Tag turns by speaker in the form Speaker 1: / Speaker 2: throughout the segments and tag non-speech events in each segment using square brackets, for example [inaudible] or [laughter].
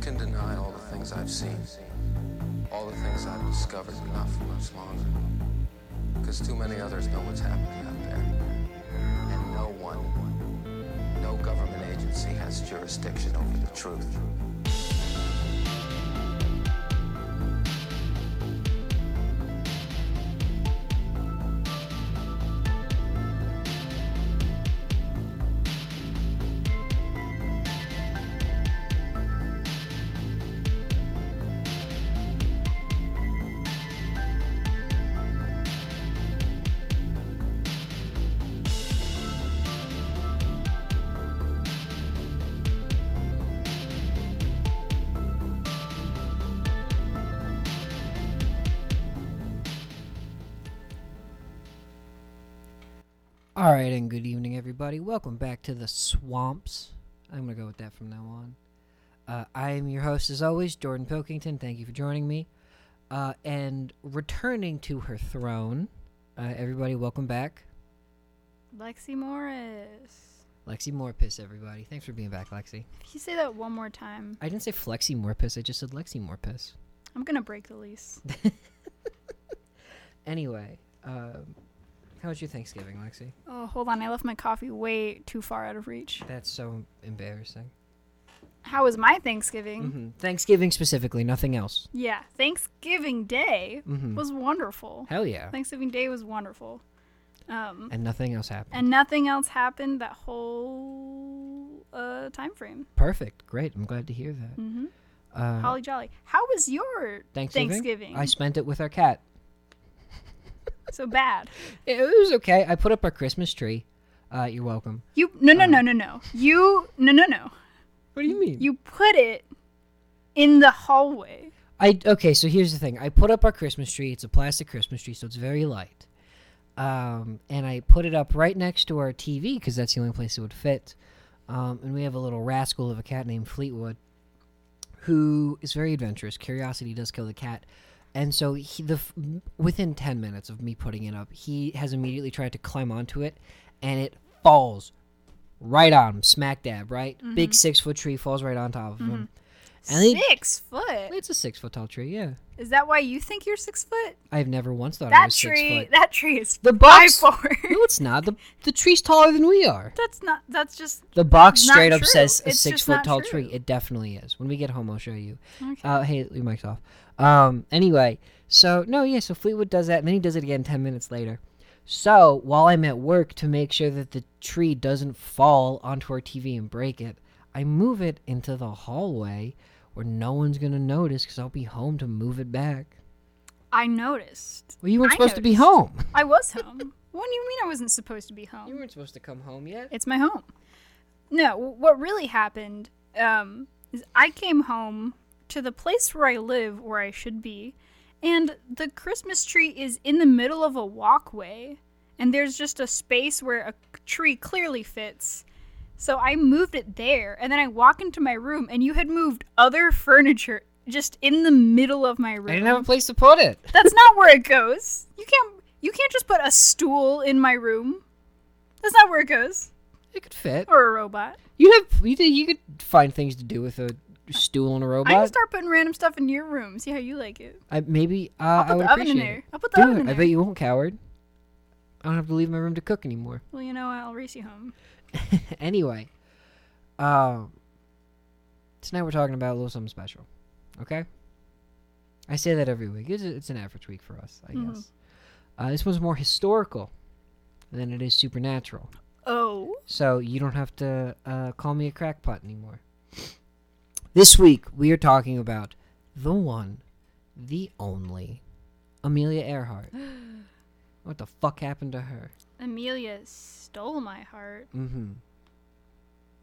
Speaker 1: can deny all the things I've seen, all the things I've discovered, but not for much longer. Because too many others know what's happening out there. And no one, no government agency has jurisdiction over the truth.
Speaker 2: All right, and good evening, everybody. Welcome back to the swamps. I'm gonna go with that from now on. Uh, I am your host, as always, Jordan Pilkington. Thank you for joining me. Uh, and returning to her throne, uh, everybody, welcome back,
Speaker 3: Lexi Morris.
Speaker 2: Lexi Morpis. Everybody, thanks for being back, Lexi.
Speaker 3: If you say that one more time,
Speaker 2: I didn't say Flexi Morpis. I just said Lexi Morpis.
Speaker 3: I'm gonna break the lease.
Speaker 2: Anyway, um, how was your Thanksgiving, Lexi?
Speaker 3: Oh, hold on. I left my coffee way too far out of reach.
Speaker 2: That's so embarrassing.
Speaker 3: How was my Thanksgiving?
Speaker 2: hmm Thanksgiving specifically, nothing else.
Speaker 3: Yeah, Thanksgiving Day
Speaker 2: hmm
Speaker 3: was wonderful.
Speaker 2: Hell yeah,
Speaker 3: Thanksgiving Day was wonderful. Um,
Speaker 2: and nothing else happened.
Speaker 3: and nothing else happened that whole uh, time frame.
Speaker 2: Perfect. Great. I'm glad to hear that.
Speaker 3: hmm
Speaker 2: Uh,
Speaker 3: Holly Jolly. How was your
Speaker 2: Thanksgiving?
Speaker 3: Thanksgiving?
Speaker 2: I spent it with our cat.
Speaker 3: [laughs] so bad.
Speaker 2: It was okay. I put up our Christmas tree. Uh, you're welcome.
Speaker 3: You no
Speaker 2: Um,
Speaker 3: no no no no. You no no no.
Speaker 2: What do you mean?
Speaker 3: You put it in the hallway.
Speaker 2: I okay. So here's the thing. I put up our Christmas tree. It's a plastic Christmas tree, so it's very light. Um, and I put it up right next to our TV because that's the only place it would fit. Um, and we have a little rascal of a cat named Fleetwood, who is very adventurous. Curiosity does kill the cat, and so he the f- within ten minutes of me putting it up, he has immediately tried to climb onto it, and it falls right on him, smack dab, right. Big six foot tree falls right on top of him.
Speaker 3: Mm-hmm.
Speaker 2: And he-
Speaker 3: six foot.
Speaker 2: it's a six foot tall tree, yeah.
Speaker 3: Is that why you think you're six foot?
Speaker 2: I've never once thought I
Speaker 3: That
Speaker 2: was six
Speaker 3: tree.
Speaker 2: foot.
Speaker 3: That tree is
Speaker 2: The
Speaker 3: five
Speaker 2: box.
Speaker 3: four. [laughs]
Speaker 2: No, it's not. The the tree's taller than we are.
Speaker 3: that's not. That's just.
Speaker 2: The box
Speaker 3: Not
Speaker 2: straight up
Speaker 3: true.
Speaker 2: says a
Speaker 3: It's just
Speaker 2: six foot
Speaker 3: not
Speaker 2: tall
Speaker 3: true.
Speaker 2: tree. It definitely is. When we get home, I'll show you.
Speaker 3: Okay.
Speaker 2: Uh, hey, your mic's off. Um, anyway, so no, yeah. So Fleetwood does that, and then he does it again ten minutes later. So while I'm at work to make sure that the tree doesn't fall onto our TV and break it, I move it into the hallway where no one's gonna notice because I'll be home to move it back.
Speaker 3: I noticed.
Speaker 2: Well, you weren't
Speaker 3: I
Speaker 2: supposed to be
Speaker 3: noticed.
Speaker 2: home.
Speaker 3: I was home. what do you mean I wasn't supposed to be home?
Speaker 2: You weren't supposed to come home yet.
Speaker 3: It's my home. No, w- what really happened um, is I came home to the place where I live, where I should be, and the Christmas tree is in the middle of a walkway, and there's just a space where a c- tree clearly fits. So I moved it there, and then I walk into my room, and you had moved other furniture just in the middle of my room.
Speaker 2: I didn't have a place to put it.
Speaker 3: That's not where it goes. You can't. You can't just put a stool in my room. That's not where it goes.
Speaker 2: It could fit.
Speaker 3: Or a robot.
Speaker 2: You have you, think you could find things to do with a stool and a
Speaker 3: I can
Speaker 2: robot.
Speaker 3: start putting random stuff in your room. See how you like it.
Speaker 2: I, maybe uh,
Speaker 3: I'll
Speaker 2: I
Speaker 3: put
Speaker 2: would
Speaker 3: the oven in
Speaker 2: appreciate
Speaker 3: there.
Speaker 2: it.
Speaker 3: I'll put the
Speaker 2: Do
Speaker 3: oven
Speaker 2: it.
Speaker 3: in
Speaker 2: I
Speaker 3: there.
Speaker 2: bet you won't, coward. I don't have to leave my room to cook anymore. [laughs]
Speaker 3: Well, you know, what? I'll race you home.
Speaker 2: anyway, um, tonight we're talking about a little something special. Okay. I say that every week. It's, it's an average week for us, I
Speaker 3: Mhm.
Speaker 2: guess. Uh, this one's more historical than it is supernatural.
Speaker 3: Oh.
Speaker 2: So you don't have to uh, call me a crackpot anymore. This week, we are talking about the one, the only, Amelia Earhart. what the fuck happened to her?
Speaker 3: Amelia stole my heart.
Speaker 2: Mm hmm.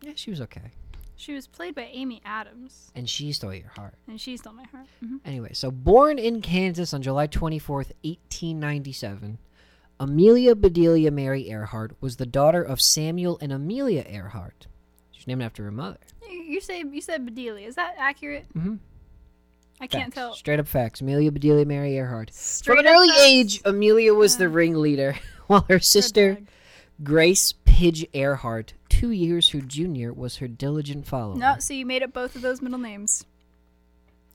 Speaker 2: Yeah, she was okay.
Speaker 3: She was played by Amy Adams,
Speaker 2: And she stole your heart.
Speaker 3: and she stole my heart. hmm
Speaker 2: Anyway, so born in Kansas on July 24th, 1897, Amelia Bedelia Mary Earhart was the daughter of Samuel and Amelia Earhart. She's named after her mother.
Speaker 3: You, you say you said Bedelia. Is that accurate?
Speaker 2: Mm-hmm.
Speaker 3: I can't
Speaker 2: Facts.
Speaker 3: tell.
Speaker 2: Straight up facts. Amelia Bedelia Mary Earhart.
Speaker 3: Straight
Speaker 2: From an
Speaker 3: up
Speaker 2: early
Speaker 3: facts.
Speaker 2: age, Amelia was the
Speaker 3: Yeah.
Speaker 2: ringleader, [laughs] while her
Speaker 3: Red
Speaker 2: sister
Speaker 3: flag.
Speaker 2: Grace Pidge Earhart, two years her junior, was her diligent follower.
Speaker 3: No, so you made up both of those middle names.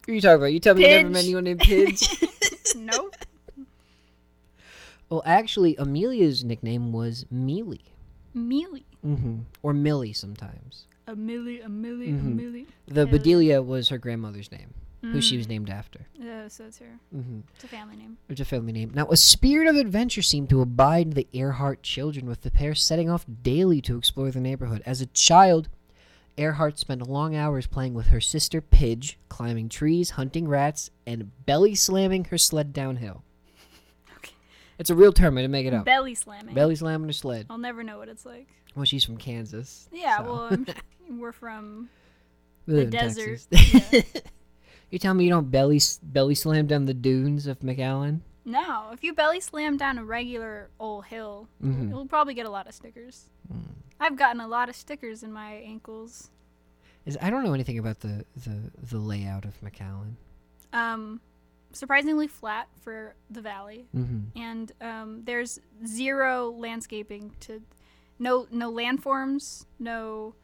Speaker 2: What are you talking about? You tell me you never
Speaker 3: Pidge.
Speaker 2: met anyone named
Speaker 3: [laughs]
Speaker 2: Pidge?
Speaker 3: nope.
Speaker 2: [laughs] well, actually, Amelia's nickname was Mealy.
Speaker 3: Mealy.
Speaker 2: Mm-hmm. Or Millie sometimes.
Speaker 3: A Millie, a Millie,
Speaker 2: Mhm.
Speaker 3: a Millie. Mm.
Speaker 2: The
Speaker 3: Really?
Speaker 2: Bedelia was her grandmother's name, who she was named after.
Speaker 3: Uh, so it's her.
Speaker 2: Mm-hmm.
Speaker 3: It's a family name.
Speaker 2: It's a family name. Now, a spirit of adventure seemed to abide the Earhart children, with the pair setting off daily to explore the neighborhood. As a child, Earhart spent long hours playing with her sister Pidge, climbing trees, hunting rats, and belly slamming her sled downhill.
Speaker 3: Okay.
Speaker 2: It's a real term. I didn't make it up.
Speaker 3: Belly slamming.
Speaker 2: Belly slamming her sled.
Speaker 3: I'll never know what it's like.
Speaker 2: Well, she's from Kansas.
Speaker 3: Yeah,
Speaker 2: so-
Speaker 3: well,
Speaker 2: [laughs]
Speaker 3: I'm, we're from.
Speaker 2: We
Speaker 3: the
Speaker 2: live in
Speaker 3: desert,
Speaker 2: Texas. [laughs] you tell me you don't belly s- belly slam down the dunes of McAllen?
Speaker 3: No, if you belly slam down a regular old hill,
Speaker 2: Mhm.
Speaker 3: you'll probably get a lot of stickers.
Speaker 2: Hmm.
Speaker 3: I've gotten a lot of stickers in my ankles.
Speaker 2: Is I don't know anything about the the, the layout of McAllen.
Speaker 3: Um, surprisingly flat for the valley,
Speaker 2: Mm-hmm.
Speaker 3: and um, there's zero landscaping to, no no landforms, no.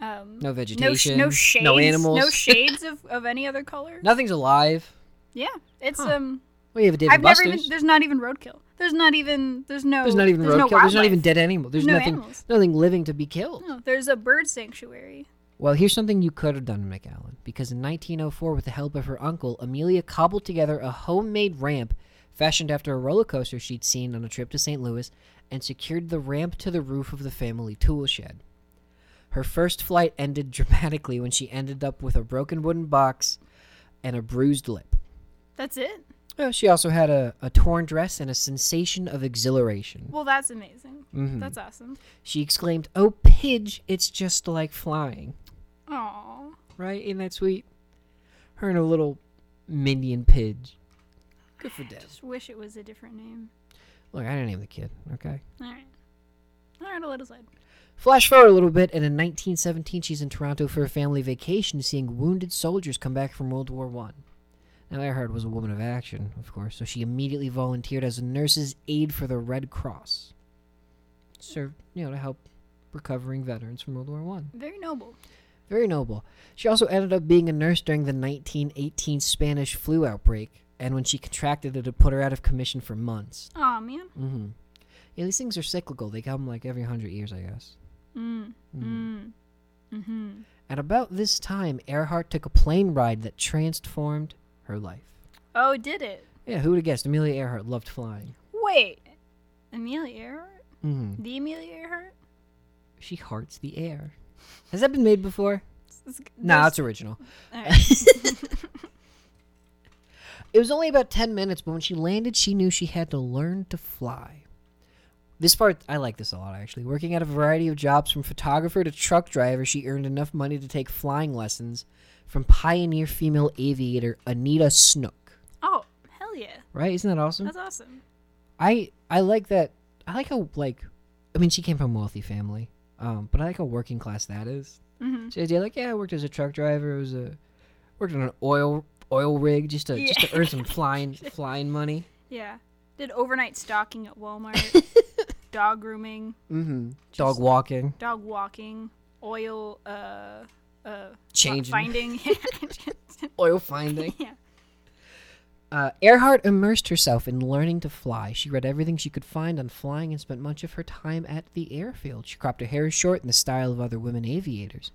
Speaker 3: Um,
Speaker 2: No
Speaker 3: no, sh-
Speaker 2: vegetation.
Speaker 3: no shades,
Speaker 2: No animals. [laughs]
Speaker 3: no shades of, of any other color.
Speaker 2: Nothing's alive.
Speaker 3: Yeah, it's
Speaker 2: Huh.
Speaker 3: um.
Speaker 2: We have a Dave
Speaker 3: I've
Speaker 2: and Buster's.
Speaker 3: never even. There's not even roadkill. There's not even. There's no.
Speaker 2: there's not even
Speaker 3: there's
Speaker 2: roadkill. there's not even
Speaker 3: wildlife.
Speaker 2: dead animal. There's
Speaker 3: No
Speaker 2: nothing.
Speaker 3: animals.
Speaker 2: Nothing living to be killed.
Speaker 3: No, there's a bird sanctuary.
Speaker 2: Well, here's something you could have done, McAllen, because in 1904, with the help of her uncle, Amelia cobbled together a homemade ramp fashioned after a roller coaster she'd seen on a trip to St. Louis and secured the ramp to the roof of the family tool shed. Her first flight ended dramatically when she ended up with a broken wooden box and a bruised lip.
Speaker 3: That's it.
Speaker 2: Well, she also had a, a torn dress and a sensation of exhilaration.
Speaker 3: Well, that's amazing.
Speaker 2: Mhm.
Speaker 3: That's awesome.
Speaker 2: She exclaimed, Oh, Pidge, it's just like flying.
Speaker 3: Aww.
Speaker 2: Right? Isn't that sweet? Her and her little minion Pidge. Good for Deb.
Speaker 3: Just wish it was a different name.
Speaker 2: Look, I didn't name the kid. Okay.
Speaker 3: All right. All right, I'll let it slide.
Speaker 2: Flash forward a little bit, and in 1917, she's in Toronto for a family vacation, seeing wounded soldiers come back from World War One. Now, Earhart was a woman of action, of course, so she immediately volunteered as a nurse's aide for the Red Cross. Served, you know, to help recovering veterans from World War One.
Speaker 3: Very noble.
Speaker 2: Very noble. She also ended up being a nurse during the 1918 Spanish flu outbreak, and when she contracted it, it put her out of commission for months.
Speaker 3: Aw, man.
Speaker 2: Mm-hmm. Yeah, these things are cyclical. They come like every hundred years, I guess.
Speaker 3: Mm.
Speaker 2: Hmm.
Speaker 3: Mm. Mm-hmm.
Speaker 2: At about this time, Earhart took a plane ride that transformed her life.
Speaker 3: Oh, did it?
Speaker 2: Yeah, who would have guessed? Amelia Earhart loved flying.
Speaker 3: Wait. Amelia Earhart?
Speaker 2: Mm-hmm.
Speaker 3: The Amelia Earhart?
Speaker 2: She hearts the air. Has that been made before?
Speaker 3: It's-
Speaker 2: Nah,
Speaker 3: there's-
Speaker 2: it's original.
Speaker 3: all
Speaker 2: [laughs]
Speaker 3: right.
Speaker 2: It was only about 10 minutes, but when she landed, she knew she had to learn to fly. This part, I like this a lot actually. Working at a variety of jobs from photographer to truck driver, she earned enough money to take flying lessons from pioneer female aviator Anita Snook.
Speaker 3: oh, hell yeah.
Speaker 2: Right? Isn't that awesome?
Speaker 3: That's awesome.
Speaker 2: I I like that. I like how like I mean she came from a wealthy family, um, but I like how working class that is.
Speaker 3: Mhm.
Speaker 2: So the idea like yeah, I worked as a truck driver. I was a worked on an oil oil rig just to just to earn some flying flying money.
Speaker 3: Yeah. Did overnight stalking at
Speaker 2: [laughs]
Speaker 3: Walmart, dog grooming,
Speaker 2: Mm-hmm. Dog walking,
Speaker 3: dog walking, oil uh uh
Speaker 2: Changing. [laughs]
Speaker 3: finding. [laughs]
Speaker 2: oil finding.
Speaker 3: yeah.
Speaker 2: Uh, Earhart immersed herself in learning to fly. She read everything she could find on flying and spent much of her time at the airfield. She cropped her hair short in the style of other women aviators.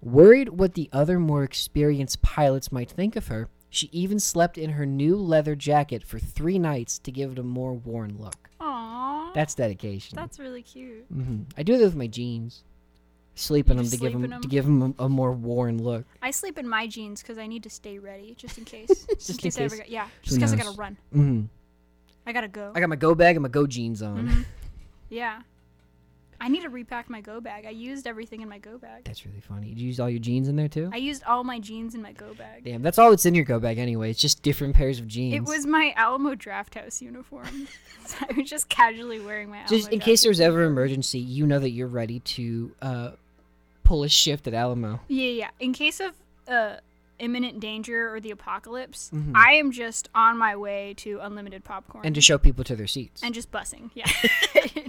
Speaker 2: Worried what the other more experienced pilots might think of her, she even slept in her new leather jacket for three nights to give it a more worn look.
Speaker 3: Aww.
Speaker 2: That's dedication.
Speaker 3: That's really cute.
Speaker 2: hmm I do that with my jeans. Sleep in them
Speaker 3: You just
Speaker 2: to give
Speaker 3: sleep in
Speaker 2: them,
Speaker 3: them?
Speaker 2: to give them a, a more worn look.
Speaker 3: I sleep in my jeans because I need to stay ready just
Speaker 2: [laughs]
Speaker 3: in case. just,
Speaker 2: Just in
Speaker 3: I
Speaker 2: case.
Speaker 3: ever, go- yeah.
Speaker 2: Who
Speaker 3: Just because I
Speaker 2: knows?
Speaker 3: gotta run.
Speaker 2: hmm
Speaker 3: I gotta go.
Speaker 2: I got my go bag and my go jeans on.
Speaker 3: yeah. I need to repack my go bag. I used everything in my go bag.
Speaker 2: That's really funny. Did you use all your jeans in there too?
Speaker 3: I used all my jeans in my go bag.
Speaker 2: Damn, that's all that's in your go bag anyway. It's just different pairs of jeans.
Speaker 3: It was my Alamo Draft House uniform. [laughs] so I was just casually wearing my Alamo
Speaker 2: just in
Speaker 3: Draft
Speaker 2: case there's ever an emergency, you know that you're ready to uh, pull a shift at Alamo.
Speaker 3: Yeah, yeah. In case of uh, imminent danger or the apocalypse, I am just on my way to unlimited popcorn
Speaker 2: Mm-hmm. And to show people to their seats.
Speaker 3: and just bussing.
Speaker 2: [laughs]
Speaker 3: Yeah. [laughs]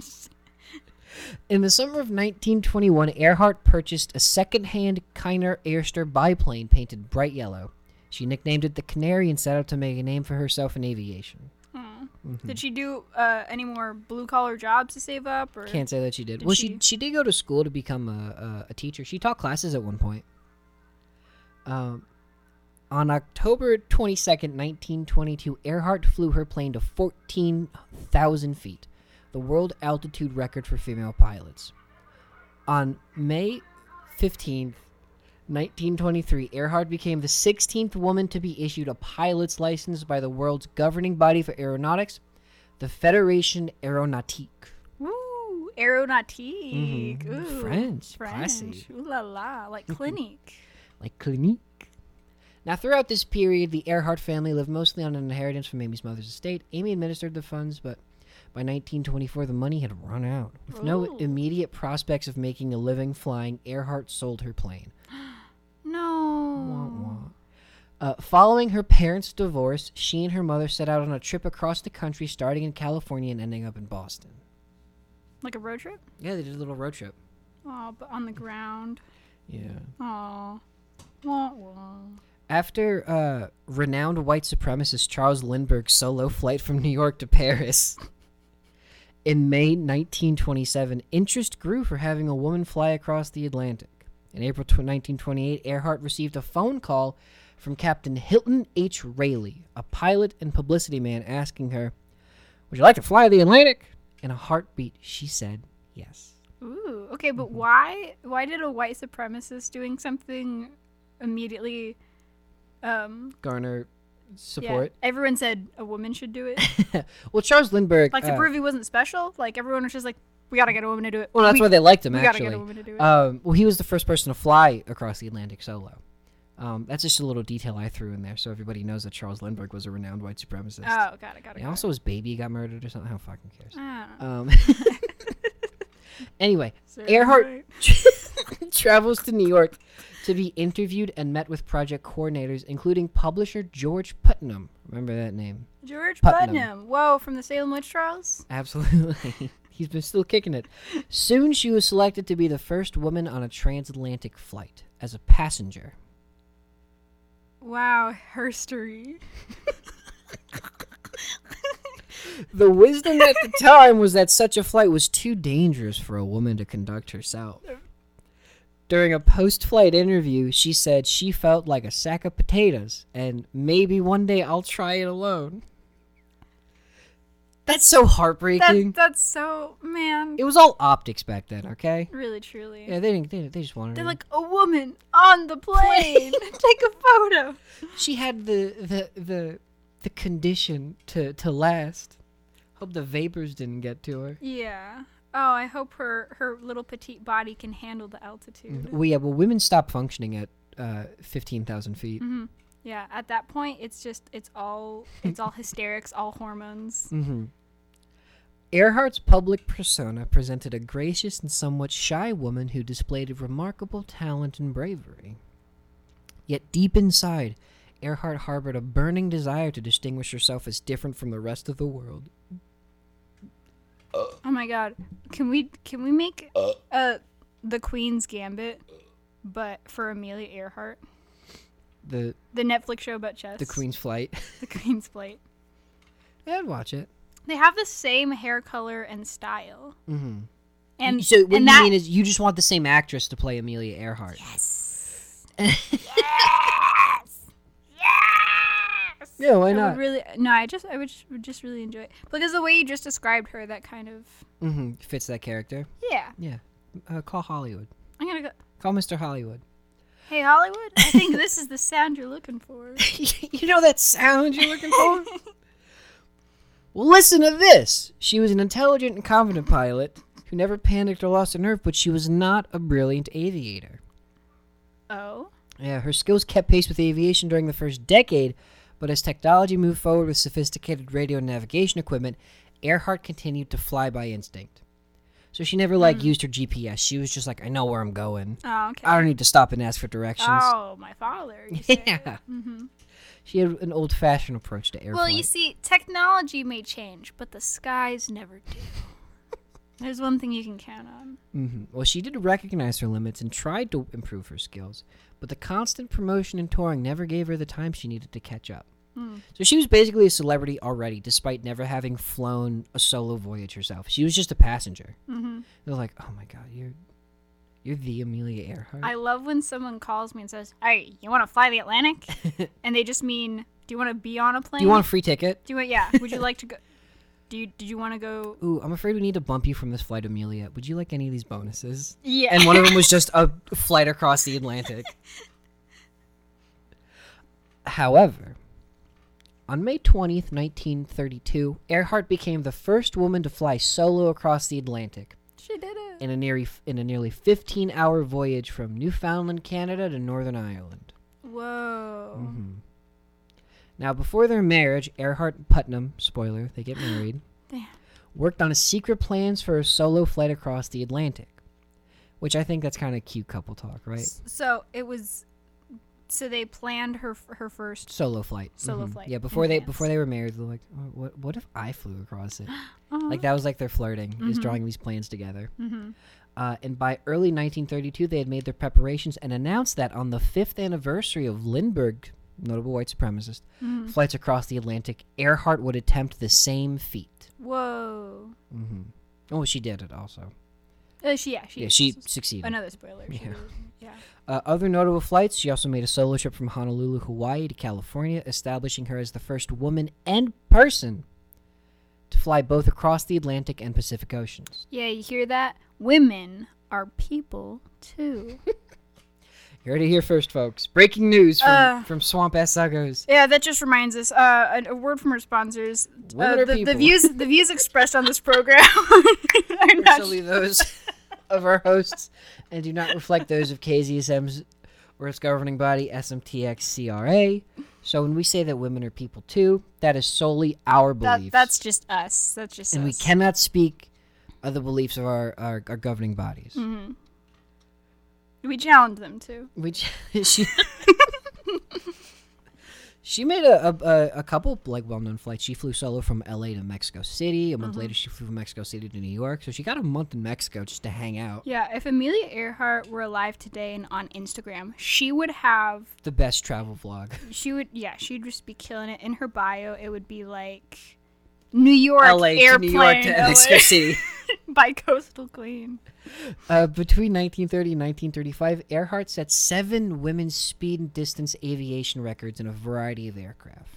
Speaker 2: In the summer of 1921, Earhart purchased a second-hand Kiner Airster biplane painted bright yellow. She nicknamed it the Canary and set out to make a name for herself in aviation. Mm-hmm.
Speaker 3: Did she do uh, any more blue collar jobs to save up? Or
Speaker 2: Can't say that she did. well, she
Speaker 3: she?
Speaker 2: she did go to school to become a, a, a teacher. She taught classes at one point. Um, on October twenty second, nineteen twenty two, Earhart flew her plane to fourteen thousand feet, the world altitude record for female pilots. On May fifteenth, nineteen twenty three, Earhart became the sixteenth woman to be issued a pilot's license by the world's governing body for aeronautics, the Federation Aeronautique.
Speaker 3: Woo, aeronautique.
Speaker 2: Mhm.
Speaker 3: Ooh,
Speaker 2: French,
Speaker 3: French.
Speaker 2: classy. Mm-hmm.
Speaker 3: Ooh la la, like clinique.
Speaker 2: like Clinique. Now, throughout this period, the Earhart family lived mostly on an inheritance from Amy's mother's estate. Amy administered the funds, but by 1924, the money had run out. With no
Speaker 3: Ooh.
Speaker 2: immediate prospects of making a living flying, Earhart sold her plane.
Speaker 3: No.
Speaker 2: Uh, following her parents' divorce, she and her mother set out on a trip across the country, starting in California and ending up in Boston.
Speaker 3: Like a road trip?
Speaker 2: Yeah, they did a little road trip.
Speaker 3: Oh, but on the ground.
Speaker 2: Yeah.
Speaker 3: Oh. Wah, wah.
Speaker 2: After uh, renowned white supremacist Charles Lindbergh's solo flight from New York to Paris [laughs] in May 1927, interest grew for having a woman fly across the Atlantic. In April tw 1928, Earhart received a phone call from Captain Hilton H. Rayleigh, a pilot and publicity man, asking her, Would you like to fly the Atlantic? In a heartbeat, she said yes.
Speaker 3: Ooh. Okay, but
Speaker 2: Mm-hmm.
Speaker 3: why? Why did a white supremacist doing something immediately? Um,
Speaker 2: Garner
Speaker 3: yeah,
Speaker 2: support.
Speaker 3: everyone said a woman should do
Speaker 2: [laughs]
Speaker 3: it,
Speaker 2: Well, Charles Lindbergh.
Speaker 3: like to
Speaker 2: uh,
Speaker 3: prove he wasn't special. Like everyone was just like, we gotta get a woman to do it.
Speaker 2: Well, that's
Speaker 3: we,
Speaker 2: why they liked him.
Speaker 3: we gotta
Speaker 2: actually,
Speaker 3: get a woman to do it.
Speaker 2: Um, well, he was the first person to fly across the Atlantic solo. Um, that's just a little detail I threw in there, so everybody knows that Charles Lindbergh was a renowned white supremacist.
Speaker 3: oh, got it, got it.
Speaker 2: and
Speaker 3: Got
Speaker 2: also, his baby got murdered or something. Who fucking cares?
Speaker 3: it. Ah,
Speaker 2: Um, [laughs] anyway,
Speaker 3: so
Speaker 2: Earhart
Speaker 3: right.
Speaker 2: travels to New York to be interviewed and met with project coordinators, including publisher George Putnam. Remember that name?
Speaker 3: George
Speaker 2: Putnam.
Speaker 3: Putnam. Whoa, from the Salem witch trials.
Speaker 2: Absolutely. [laughs] He's been still kicking it. Soon, she was selected to be the first woman on a transatlantic flight as a passenger.
Speaker 3: Wow, herstory.
Speaker 2: The wisdom at the time was that such a flight was too dangerous for a woman to conduct herself. During a post flight interview, she said she felt like a sack of potatoes and maybe one day I'll try it alone. That's so heartbreaking.
Speaker 3: That, that's so man.
Speaker 2: it was all optics back then, okay?
Speaker 3: really, truly.
Speaker 2: Yeah, they didn't. They, they just wanted.
Speaker 3: They're
Speaker 2: her.
Speaker 3: like a woman on the plane. [laughs] Take a photo.
Speaker 2: she had the the the the condition to to last. Hope the vapors didn't get to her.
Speaker 3: Yeah. Oh, I hope her her little petite body can handle the altitude.
Speaker 2: Well, yeah, well, women stop functioning at uh, fifteen thousand feet.
Speaker 3: Mm-hmm. Yeah, at that point it's just it's all it's all hysterics, all hormones.
Speaker 2: Mm-hmm. Earhart's public persona presented a gracious and somewhat shy woman who displayed a remarkable talent and bravery. Yet deep inside, Earhart harbored a burning desire to distinguish herself as different from the rest of the world.
Speaker 3: Oh my god. Can we can we make uh the Queen's Gambit but for Amelia Earhart?
Speaker 2: The
Speaker 3: The Netflix show about chess.
Speaker 2: the Queen's flight. [laughs]
Speaker 3: The Queen's Plate.
Speaker 2: I'd watch it.
Speaker 3: They have the same hair color and style. Mm-hmm. And
Speaker 2: so what
Speaker 3: and
Speaker 2: you
Speaker 3: that,
Speaker 2: mean is you just want the same actress to play Amelia Earhart?
Speaker 3: Yes!
Speaker 2: Yeah, why
Speaker 3: I would
Speaker 2: not?
Speaker 3: really no, I just I would just, would just really enjoy it because the way you just described her, that kind of
Speaker 2: hmm Fits that character.
Speaker 3: yeah.
Speaker 2: Yeah. Uh, call Hollywood.
Speaker 3: I'm gonna go.
Speaker 2: Call Mr. Hollywood.
Speaker 3: Hey Hollywood, I think this is the sound you're looking [laughs] for.
Speaker 2: [laughs] you know that sound you're looking for? well, listen to this. She was an intelligent and confident pilot who never panicked or lost a nerve, but she was not a brilliant aviator.
Speaker 3: Oh,
Speaker 2: Yeah, her skills kept pace with aviation during the first decade, but as technology moved forward with sophisticated radio and navigation equipment, Earhart continued to fly by instinct. So she never like
Speaker 3: Hmm.
Speaker 2: used her GPS. She was just like, I know where I'm going.
Speaker 3: oh okay.
Speaker 2: I don't need to stop and ask for directions.
Speaker 3: Oh, my father.
Speaker 2: [laughs]
Speaker 3: you say.
Speaker 2: yeah. She had an old-fashioned approach to air
Speaker 3: Well,
Speaker 2: flight.
Speaker 3: you see, technology may change, but the skies never do. [laughs] There's one thing you can count on.
Speaker 2: hmm Well, she did recognize her limits and tried to improve her skills, but the constant promotion and touring never gave her the time she needed to catch up. So she was basically a celebrity already, despite never having flown a solo voyage herself. She was just a passenger.
Speaker 3: hmm
Speaker 2: They're like, "Oh my god, you're you're the Amelia Earhart."
Speaker 3: I love when someone calls me and says, "Hey, you want to fly
Speaker 2: [laughs]
Speaker 3: the Atlantic?" and they just mean, "Do you want to be on a plane?
Speaker 2: Do you want a free ticket?
Speaker 3: Do you want? Yeah. Would you like to go? Do you? Did you want to go?
Speaker 2: Ooh, I'm afraid we need to bump you from this flight, Amelia. Would you like any of these bonuses?
Speaker 3: Yeah.
Speaker 2: And one of them was just a flight across the Atlantic. However, on May 20th, 1932, Earhart became the first woman to fly solo across the Atlantic
Speaker 3: she did it.
Speaker 2: in a nearly in a nearly 15-hour voyage from Newfoundland, Canada to Northern Ireland.
Speaker 3: Whoa.
Speaker 2: Mm-hmm. Now, before their marriage, Earhart and Putnam, spoiler, they get married,
Speaker 3: Damn.
Speaker 2: worked on secret plans for a solo flight across the Atlantic, which I think that's kind of cute couple talk, right?
Speaker 3: So it was. So they planned her her first.
Speaker 2: Solo flight.
Speaker 3: Solo
Speaker 2: mhm.
Speaker 3: flight
Speaker 2: Yeah,
Speaker 3: in
Speaker 2: before they
Speaker 3: advance.
Speaker 2: before they were married, they're like, "Oh, what what if I flew across
Speaker 3: [gasps]
Speaker 2: it? Like that was like their flirting,
Speaker 3: Mm-hmm.
Speaker 2: is drawing these plans together. Uh, and by early 1932, they had made their preparations and announced that on the fifth anniversary of Lindbergh, notable white supremacist,
Speaker 3: Mm-hmm.
Speaker 2: flights across the Atlantic, Earhart would attempt the same feat.
Speaker 3: Whoa.
Speaker 2: hmm Oh, she did it also.
Speaker 3: Uh, she yeah she Oh,
Speaker 2: Yeah, she succeeded.
Speaker 3: another spoiler. She
Speaker 2: Yeah.
Speaker 3: was- yeah.
Speaker 2: Uh, other notable flights, she also made a solo trip from Honolulu, Hawaii to California, establishing her as the first woman and person to fly both across the Atlantic and Pacific Oceans.
Speaker 3: Yeah, you hear that? Women are people too.
Speaker 2: You heard it here first, folks. Breaking news from,
Speaker 3: Uh.
Speaker 2: from Swamp Ass
Speaker 3: [laughs]
Speaker 2: Suckers.
Speaker 3: [laughs] yeah, that just reminds us. Uh, a, a word from our sponsors.
Speaker 2: Women
Speaker 3: Uh,
Speaker 2: are
Speaker 3: the, the
Speaker 2: people.
Speaker 3: views
Speaker 2: [laughs]
Speaker 3: the views expressed on this program [laughs] are not.
Speaker 2: solely those of our hosts and do not reflect those of KZSM's or its governing body, SMTX CRA. So when we say that women are people too, that is solely our beliefs.
Speaker 3: That, that's just us. That's just
Speaker 2: and we
Speaker 3: us.
Speaker 2: cannot speak of the beliefs of our, our, our governing bodies.
Speaker 3: Mm-hmm. We challenge them too.
Speaker 2: Which [laughs] she she made a, a- a a couple like well known flights. She flew solo from L.A. to Mexico City. A month
Speaker 3: Mm-hmm.
Speaker 2: later, she flew from Mexico City to New York. So she got a month in Mexico just to hang out.
Speaker 3: Yeah, if Amelia Earhart were alive today and on Instagram, she would have
Speaker 2: The best travel
Speaker 3: [laughs]
Speaker 2: vlog.
Speaker 3: she would yeah, she'd just be killing it. In her bio, it would be like New York
Speaker 2: L.A. to
Speaker 3: airplane
Speaker 2: New York to [laughs] Mexico City.
Speaker 3: by coastal queen.
Speaker 2: Uh, between 1930 and 1935, Earhart set seven women's speed and distance aviation records in a variety of aircraft.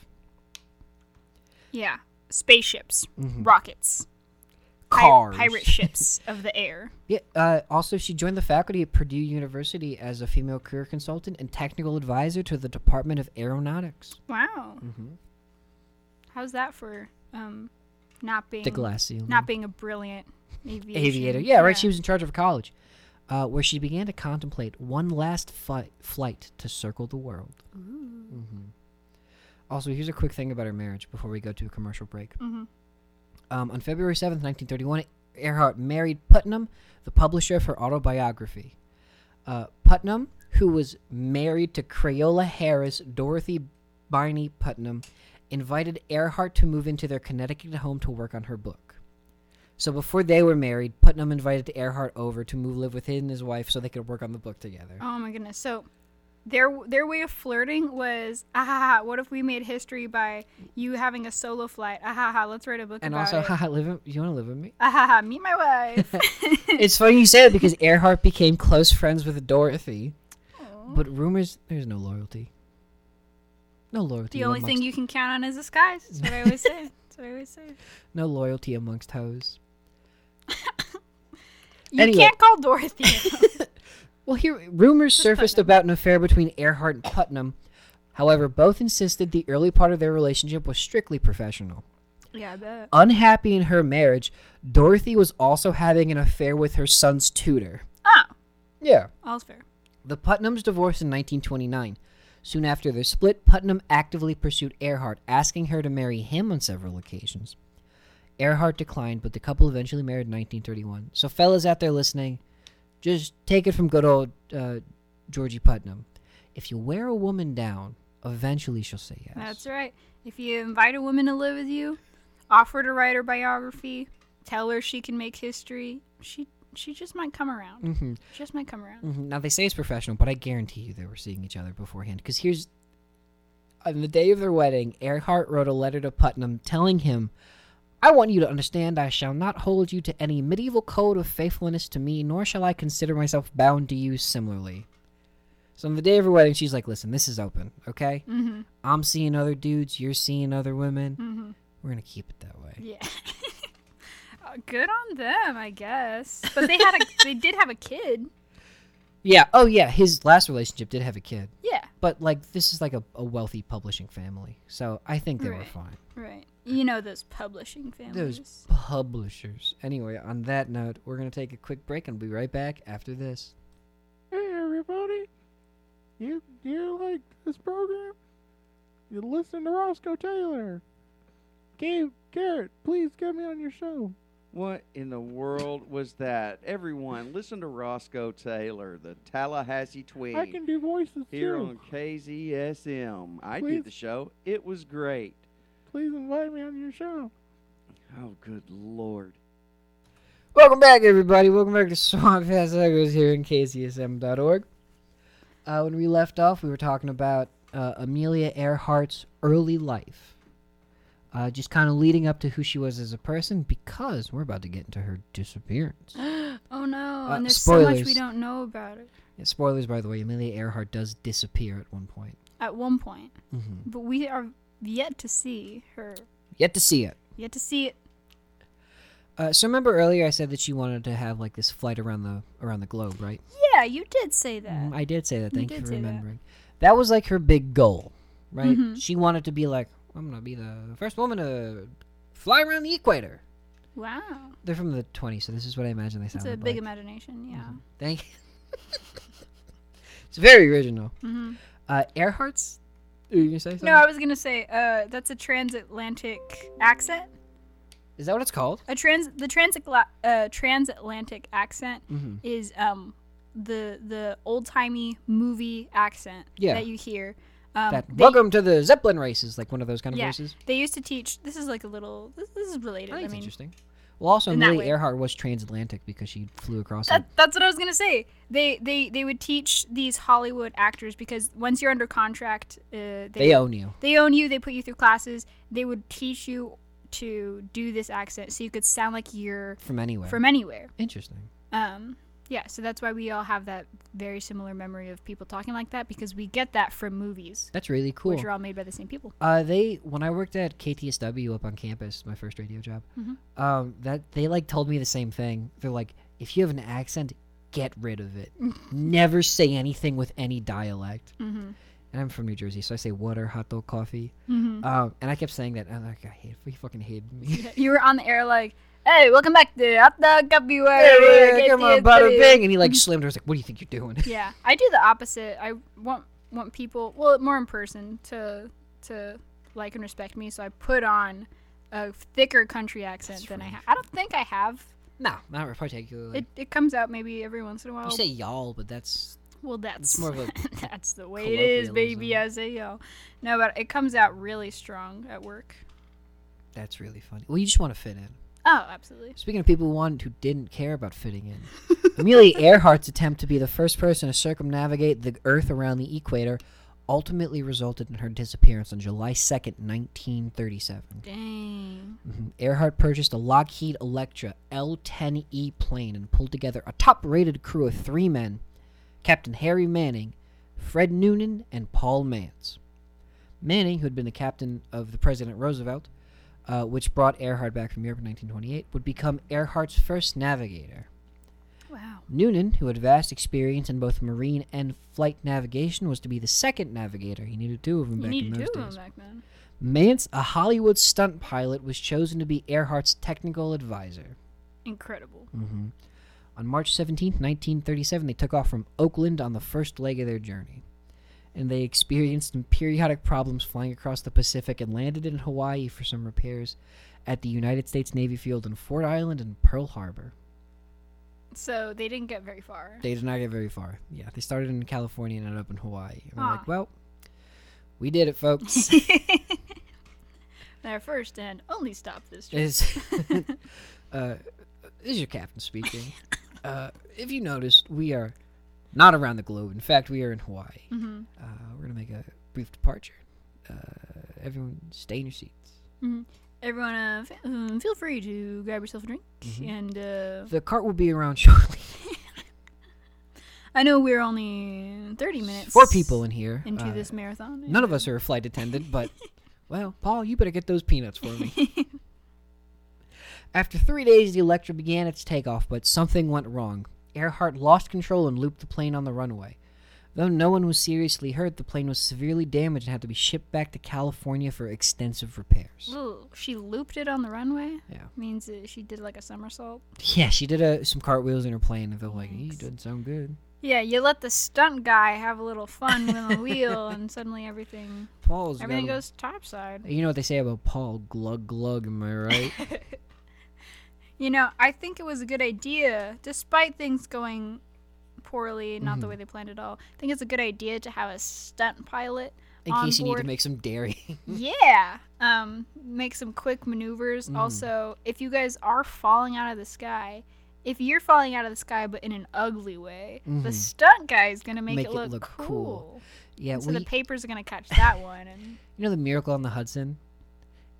Speaker 3: Yeah, spaceships, rockets, pi-
Speaker 2: Cars.
Speaker 3: pirate ships of the air.
Speaker 2: Yeah. Uh, also, she joined the faculty at Purdue University as a female career consultant and technical advisor to the Department of Aeronautics.
Speaker 3: Wow. How's that for um, not being
Speaker 2: The glass ceiling.
Speaker 3: not being a brilliant aviation.
Speaker 2: aviator. Yeah, right. She was in charge of a college, uh, where she began to contemplate one last fi- flight to circle the world. Mhm. Also, here's a quick thing about her marriage before we go to a commercial break.
Speaker 3: Mhm.
Speaker 2: Um, on February 7th, 1931, Earhart married Putnam, the publisher of her autobiography. Uh, Putnam, who was married to Crayola Harris, Dorothy Biney Putnam, invited Earhart to move into their Connecticut home to work on her book. So before they were married, Putnam invited Earhart over to move live with him and his wife so they could work on the book together.
Speaker 3: Oh my goodness. So their their way of flirting was ah what if we made history by you having a solo flight ah ha ha let's write a book
Speaker 2: and
Speaker 3: about
Speaker 2: also,
Speaker 3: it
Speaker 2: haha, [laughs] live with- you want to live with me?
Speaker 3: ah ha ha meet
Speaker 2: [laughs]
Speaker 3: my wife
Speaker 2: it's funny you say that because Earhart became close friends with Dorothy. But rumors, there's no loyalty. No loyalty.
Speaker 3: the only thing
Speaker 2: amongst-
Speaker 3: you can count on is the skies that's what I always say that's what I always say
Speaker 2: no loyalty amongst hoes.
Speaker 3: you
Speaker 2: Anyway.
Speaker 3: can't call Dorothy
Speaker 2: [laughs]
Speaker 3: a hoe.
Speaker 2: Well, here rumors surfaced about an affair between Earhart and Putnam. However, both insisted the early part of their relationship was strictly professional.
Speaker 3: yeah I bet
Speaker 2: Unhappy in her marriage, Dorothy was also having an affair with her son's tutor.
Speaker 3: ah
Speaker 2: Yeah.
Speaker 3: all's fair
Speaker 2: The Putnams divorced in 1929. Soon after their split, Putnam actively pursued Earhart, asking her to marry him on several occasions. Earhart declined, but the couple eventually married in 1931. So, fellas out there listening, just take it from good old uh, Georgie Putnam. If you wear a woman down, eventually she'll say yes.
Speaker 3: That's right. If you invite a woman to live with you, offer to write her biography, tell her she can make history, she she just might come around.
Speaker 2: Mm-hmm.
Speaker 3: She just might come around.
Speaker 2: hmm Now they say it's professional, but I guarantee you they were seeing each other beforehand. Because here's on the day of their wedding, Earhart wrote a letter to Putnam telling him, "I want you to understand I shall not hold you to any medieval code of faithfulness to me, nor shall I consider myself bound to you similarly." So on the day of her wedding, she's like, "Listen, this is open, okay?
Speaker 3: Mm-hmm.
Speaker 2: I'm seeing other dudes, you're seeing other women.
Speaker 3: Mm-hmm.
Speaker 2: We're gonna keep it that way."
Speaker 3: Yeah. Uh, Good on them, I guess. But they had
Speaker 2: [laughs]
Speaker 3: a they did have a kid.
Speaker 2: Yeah. Oh yeah, his last relationship did have a kid,
Speaker 3: Yeah.
Speaker 2: but like this is like a, a wealthy publishing family, so I think they were
Speaker 3: Right.
Speaker 2: fine.
Speaker 3: Right. You know those publishing families.
Speaker 2: Those publishers. Anyway, on that note, we're going to take a quick break and we'll be right back after this.
Speaker 4: Hey everybody! You you like this program? You listen to Roscoe Taylor. Gabe Garrett, please get me on your show.
Speaker 5: What in the world was that? Everyone, listen to Roscoe Taylor, the Tallahassee Tweed,
Speaker 4: I can do voices
Speaker 5: here
Speaker 4: too.
Speaker 5: on KZSM. I
Speaker 4: Please.
Speaker 5: did the show. It was great.
Speaker 4: Please invite me on your show.
Speaker 5: Oh, good lord.
Speaker 2: Welcome back, everybody. Welcome back to Swamp Fast Echoes here in KZSM.org. Uh, when we left off, we were talking about uh, Amelia Earhart's early life. Uh, just kind of leading up to who she was as a person because we're about to get into her disappearance.
Speaker 3: Oh no!
Speaker 2: Uh,
Speaker 3: and there's so much we
Speaker 2: spoilers.
Speaker 3: don't know about it
Speaker 2: Yeah, spoilers, by the way, Amelia Earhart does disappear at one point.
Speaker 3: at one point,
Speaker 2: hmm
Speaker 3: but we are yet to see her.
Speaker 2: Yet to see it.
Speaker 3: Yet to see it.
Speaker 2: Uh, so remember earlier I said that she wanted to have like this flight around the around the globe, right?
Speaker 3: Yeah, you did say that.
Speaker 2: Mm, I did say that.
Speaker 3: You
Speaker 2: Thank you,
Speaker 3: did
Speaker 2: for
Speaker 3: say that. Mm-hmm.
Speaker 2: remembering. That. was like her big goal, right? She wanted to be like, I'm gonna be the first woman to fly around the equator.
Speaker 3: Wow,
Speaker 2: They're from the 20s, so this is what I imagine they
Speaker 3: it's
Speaker 2: sound
Speaker 3: a
Speaker 2: like.
Speaker 3: big imagination. Yeah.
Speaker 2: Thank. [laughs] it's very original.
Speaker 3: Mhm.
Speaker 2: Uh, Earhart's. Are you gonna say something?
Speaker 3: No, I was gonna say uh, that's a transatlantic accent.
Speaker 2: Is that what it's called?
Speaker 3: A trans the transatla- uh, transatlantic accent
Speaker 2: Mhm.
Speaker 3: is um the the old timey movie accent
Speaker 2: Yeah.
Speaker 3: that you hear. Um,
Speaker 2: that
Speaker 3: they-
Speaker 2: welcome to the Zeppelin races, like one of those kind of
Speaker 3: Yeah,
Speaker 2: voices.
Speaker 3: they used to teach. This is like a little. This, this is related.
Speaker 2: I think
Speaker 3: I
Speaker 2: it's
Speaker 3: mean,
Speaker 2: interesting. Well, also
Speaker 3: in that
Speaker 2: Amelia
Speaker 3: way.
Speaker 2: Earhart was transatlantic because she flew across.
Speaker 3: That, that's what I was gonna say. They they they would teach these Hollywood actors because once you're under contract, uh, they
Speaker 2: it. They own you.
Speaker 3: they own you. They put you through classes. They would teach you to do this accent so you could sound like you're
Speaker 2: From anywhere.
Speaker 3: from anywhere.
Speaker 2: Interesting.
Speaker 3: Um, yeah, so that's why we all have that very similar memory of people talking like that because we get that from movies,
Speaker 2: That's really cool.
Speaker 3: which are all made by the same people.
Speaker 2: Uh, they when I worked at KTSW up on campus, my first radio job,
Speaker 3: Mhm.
Speaker 2: um, that they like told me the same thing. They're like, if you have an accent, get rid of
Speaker 3: [laughs]
Speaker 2: it. Never say anything with any dialect.
Speaker 3: Mhm.
Speaker 2: And I'm from New Jersey, so I say water, hot dog, coffee.
Speaker 3: Mhm.
Speaker 2: Um, and I kept saying that. And I'm like, I hate. He fucking hated me.
Speaker 3: [laughs] you were on the air like, "Hey, welcome back to Hot Dog Copy Wire."
Speaker 2: [laughs] Hey, come on, bada
Speaker 3: KTSW."
Speaker 2: bing. And
Speaker 3: [laughs]
Speaker 2: he like slammed her. I was like, what do you think you're doing? [laughs]
Speaker 3: yeah i do the opposite i want want people well more in person to to like and respect me so i put on a thicker country accent
Speaker 2: That's
Speaker 3: than i
Speaker 2: right.
Speaker 3: have i don't think i have
Speaker 2: no, not particularly.
Speaker 3: it, it comes out maybe every once in a while
Speaker 2: you say y'all, but that's
Speaker 3: well that's
Speaker 2: it's more of a
Speaker 3: [laughs] that's the way it is baby
Speaker 2: colloquialism.
Speaker 3: i say yo no but it comes out really strong at work
Speaker 2: that's really funny. Well, you just want to fit in.
Speaker 3: oh absolutely
Speaker 2: Speaking of people who wanted who didn't care about fitting in, Amelia Earhart's attempt to be the first person to circumnavigate the Earth around the equator ultimately resulted in her disappearance on July 2nd, 1937.
Speaker 3: dang
Speaker 2: Mhm. Earhart purchased a Lockheed Electra L-10E plane and pulled together a top-rated crew of three men, Captain Harry Manning, Fred Noonan, and Paul Mance. Manning, who had been the captain of the President Roosevelt, uh, which brought Earhart back from Europe in 1928, would become Earhart's first navigator.
Speaker 3: wow
Speaker 2: Noonan, who had vast experience in both marine and flight navigation, was to be the second navigator. He needed two of them
Speaker 3: you
Speaker 2: back in
Speaker 3: needed two
Speaker 2: those
Speaker 3: of them
Speaker 2: days.
Speaker 3: back then
Speaker 2: Mance, a Hollywood stunt pilot, was chosen to be Earhart's technical advisor.
Speaker 3: incredible
Speaker 2: Mm-hmm. On March 17, 1937, they took off from Oakland on the first leg of their journey. And they experienced some periodic problems flying across the Pacific and landed in Hawaii for some repairs at the United States Navy Field in Fort Island and Pearl Harbor.
Speaker 3: so they didn't get very far
Speaker 2: They did not get very far. Yeah, they started in California and ended up in Hawaii. And we're
Speaker 3: Aw.
Speaker 2: like, well, we did it,
Speaker 3: [laughs]
Speaker 2: folks. [laughs]
Speaker 3: their first and only stop this trip
Speaker 2: Is Uh, this is your captain speaking. [laughs] uh, if you noticed, we are not around the globe. In fact, we are in Hawaii.
Speaker 3: Mm-hmm.
Speaker 2: Uh, we're gonna make a brief departure. Uh, everyone, stay in your seats.
Speaker 3: [laughs] Everyone, uh, f- um, feel free to grab yourself a drink.
Speaker 2: Mm-hmm.
Speaker 3: And uh,
Speaker 2: The cart will be around [laughs] shortly.
Speaker 3: I know we're only 30 minutes.
Speaker 2: Four people in here.
Speaker 3: into
Speaker 2: Uh,
Speaker 3: this marathon.
Speaker 2: None of us are a flight attendant,
Speaker 3: [laughs]
Speaker 2: but well, Paul, you better get those peanuts for me. After three days, the Electra began its takeoff, but something went wrong. Earhart lost control and looped the plane on the runway. Though no one was seriously hurt, the plane was severely damaged and had to be shipped back to California for extensive repairs.
Speaker 3: Ooh, she looped it on the runway.
Speaker 2: Yeah.
Speaker 3: Means uh, she did like a somersault.
Speaker 2: Yeah, she did uh some cartwheels in her plane, and they're like, "Eh, doesn't sound good.
Speaker 3: Yeah, you let the stunt guy have a little
Speaker 2: [laughs]
Speaker 3: fun with the wheel, and suddenly everything
Speaker 2: Paul's
Speaker 3: everything
Speaker 2: got a-
Speaker 3: goes topside.
Speaker 2: You know what they say about Paul? Glug glug. Am I
Speaker 3: [laughs]
Speaker 2: right?
Speaker 3: You know, I think it was a good idea, despite things going poorly, not the way they planned at all. I think it's a good idea to have a stunt pilot
Speaker 2: In
Speaker 3: on
Speaker 2: case you need
Speaker 3: board
Speaker 2: to make some dairy. [laughs]
Speaker 3: Mm. Yeah. Um, make some quick maneuvers. Also, if you guys are falling out of the sky, if you're falling out of the sky but in an ugly way, the stunt guy is gonna Mm-hmm. make, it look, cool.
Speaker 2: yeah,
Speaker 3: And so
Speaker 2: we.
Speaker 3: the papers are gonna catch that one. And
Speaker 2: You know the Miracle on the Hudson?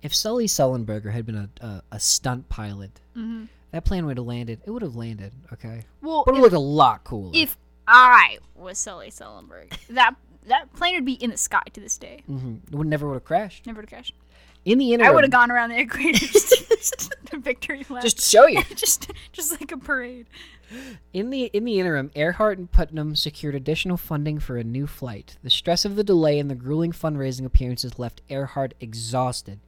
Speaker 2: If Sully Sullenberger had been a, a, a stunt pilot,
Speaker 3: Mhm.
Speaker 2: that plane would have landed. It would have landed, okay?
Speaker 3: well,
Speaker 2: But it
Speaker 3: if,
Speaker 2: looked a lot cooler.
Speaker 3: if I was Sully Sullenberg, that that plane would be in the sky to this day.
Speaker 2: hmm It would never would have crashed.
Speaker 3: Never to crash.
Speaker 2: In the interim,
Speaker 3: I would have gone around the [laughs] equator
Speaker 2: [laughs]
Speaker 3: just the victory lap. [laughs]
Speaker 2: Just to show you.
Speaker 3: just just like a parade.
Speaker 2: In the in the interim, Earhart and Putnam secured additional funding for a new flight. The stress of the delay and the grueling fundraising appearances left Earhart exhausted.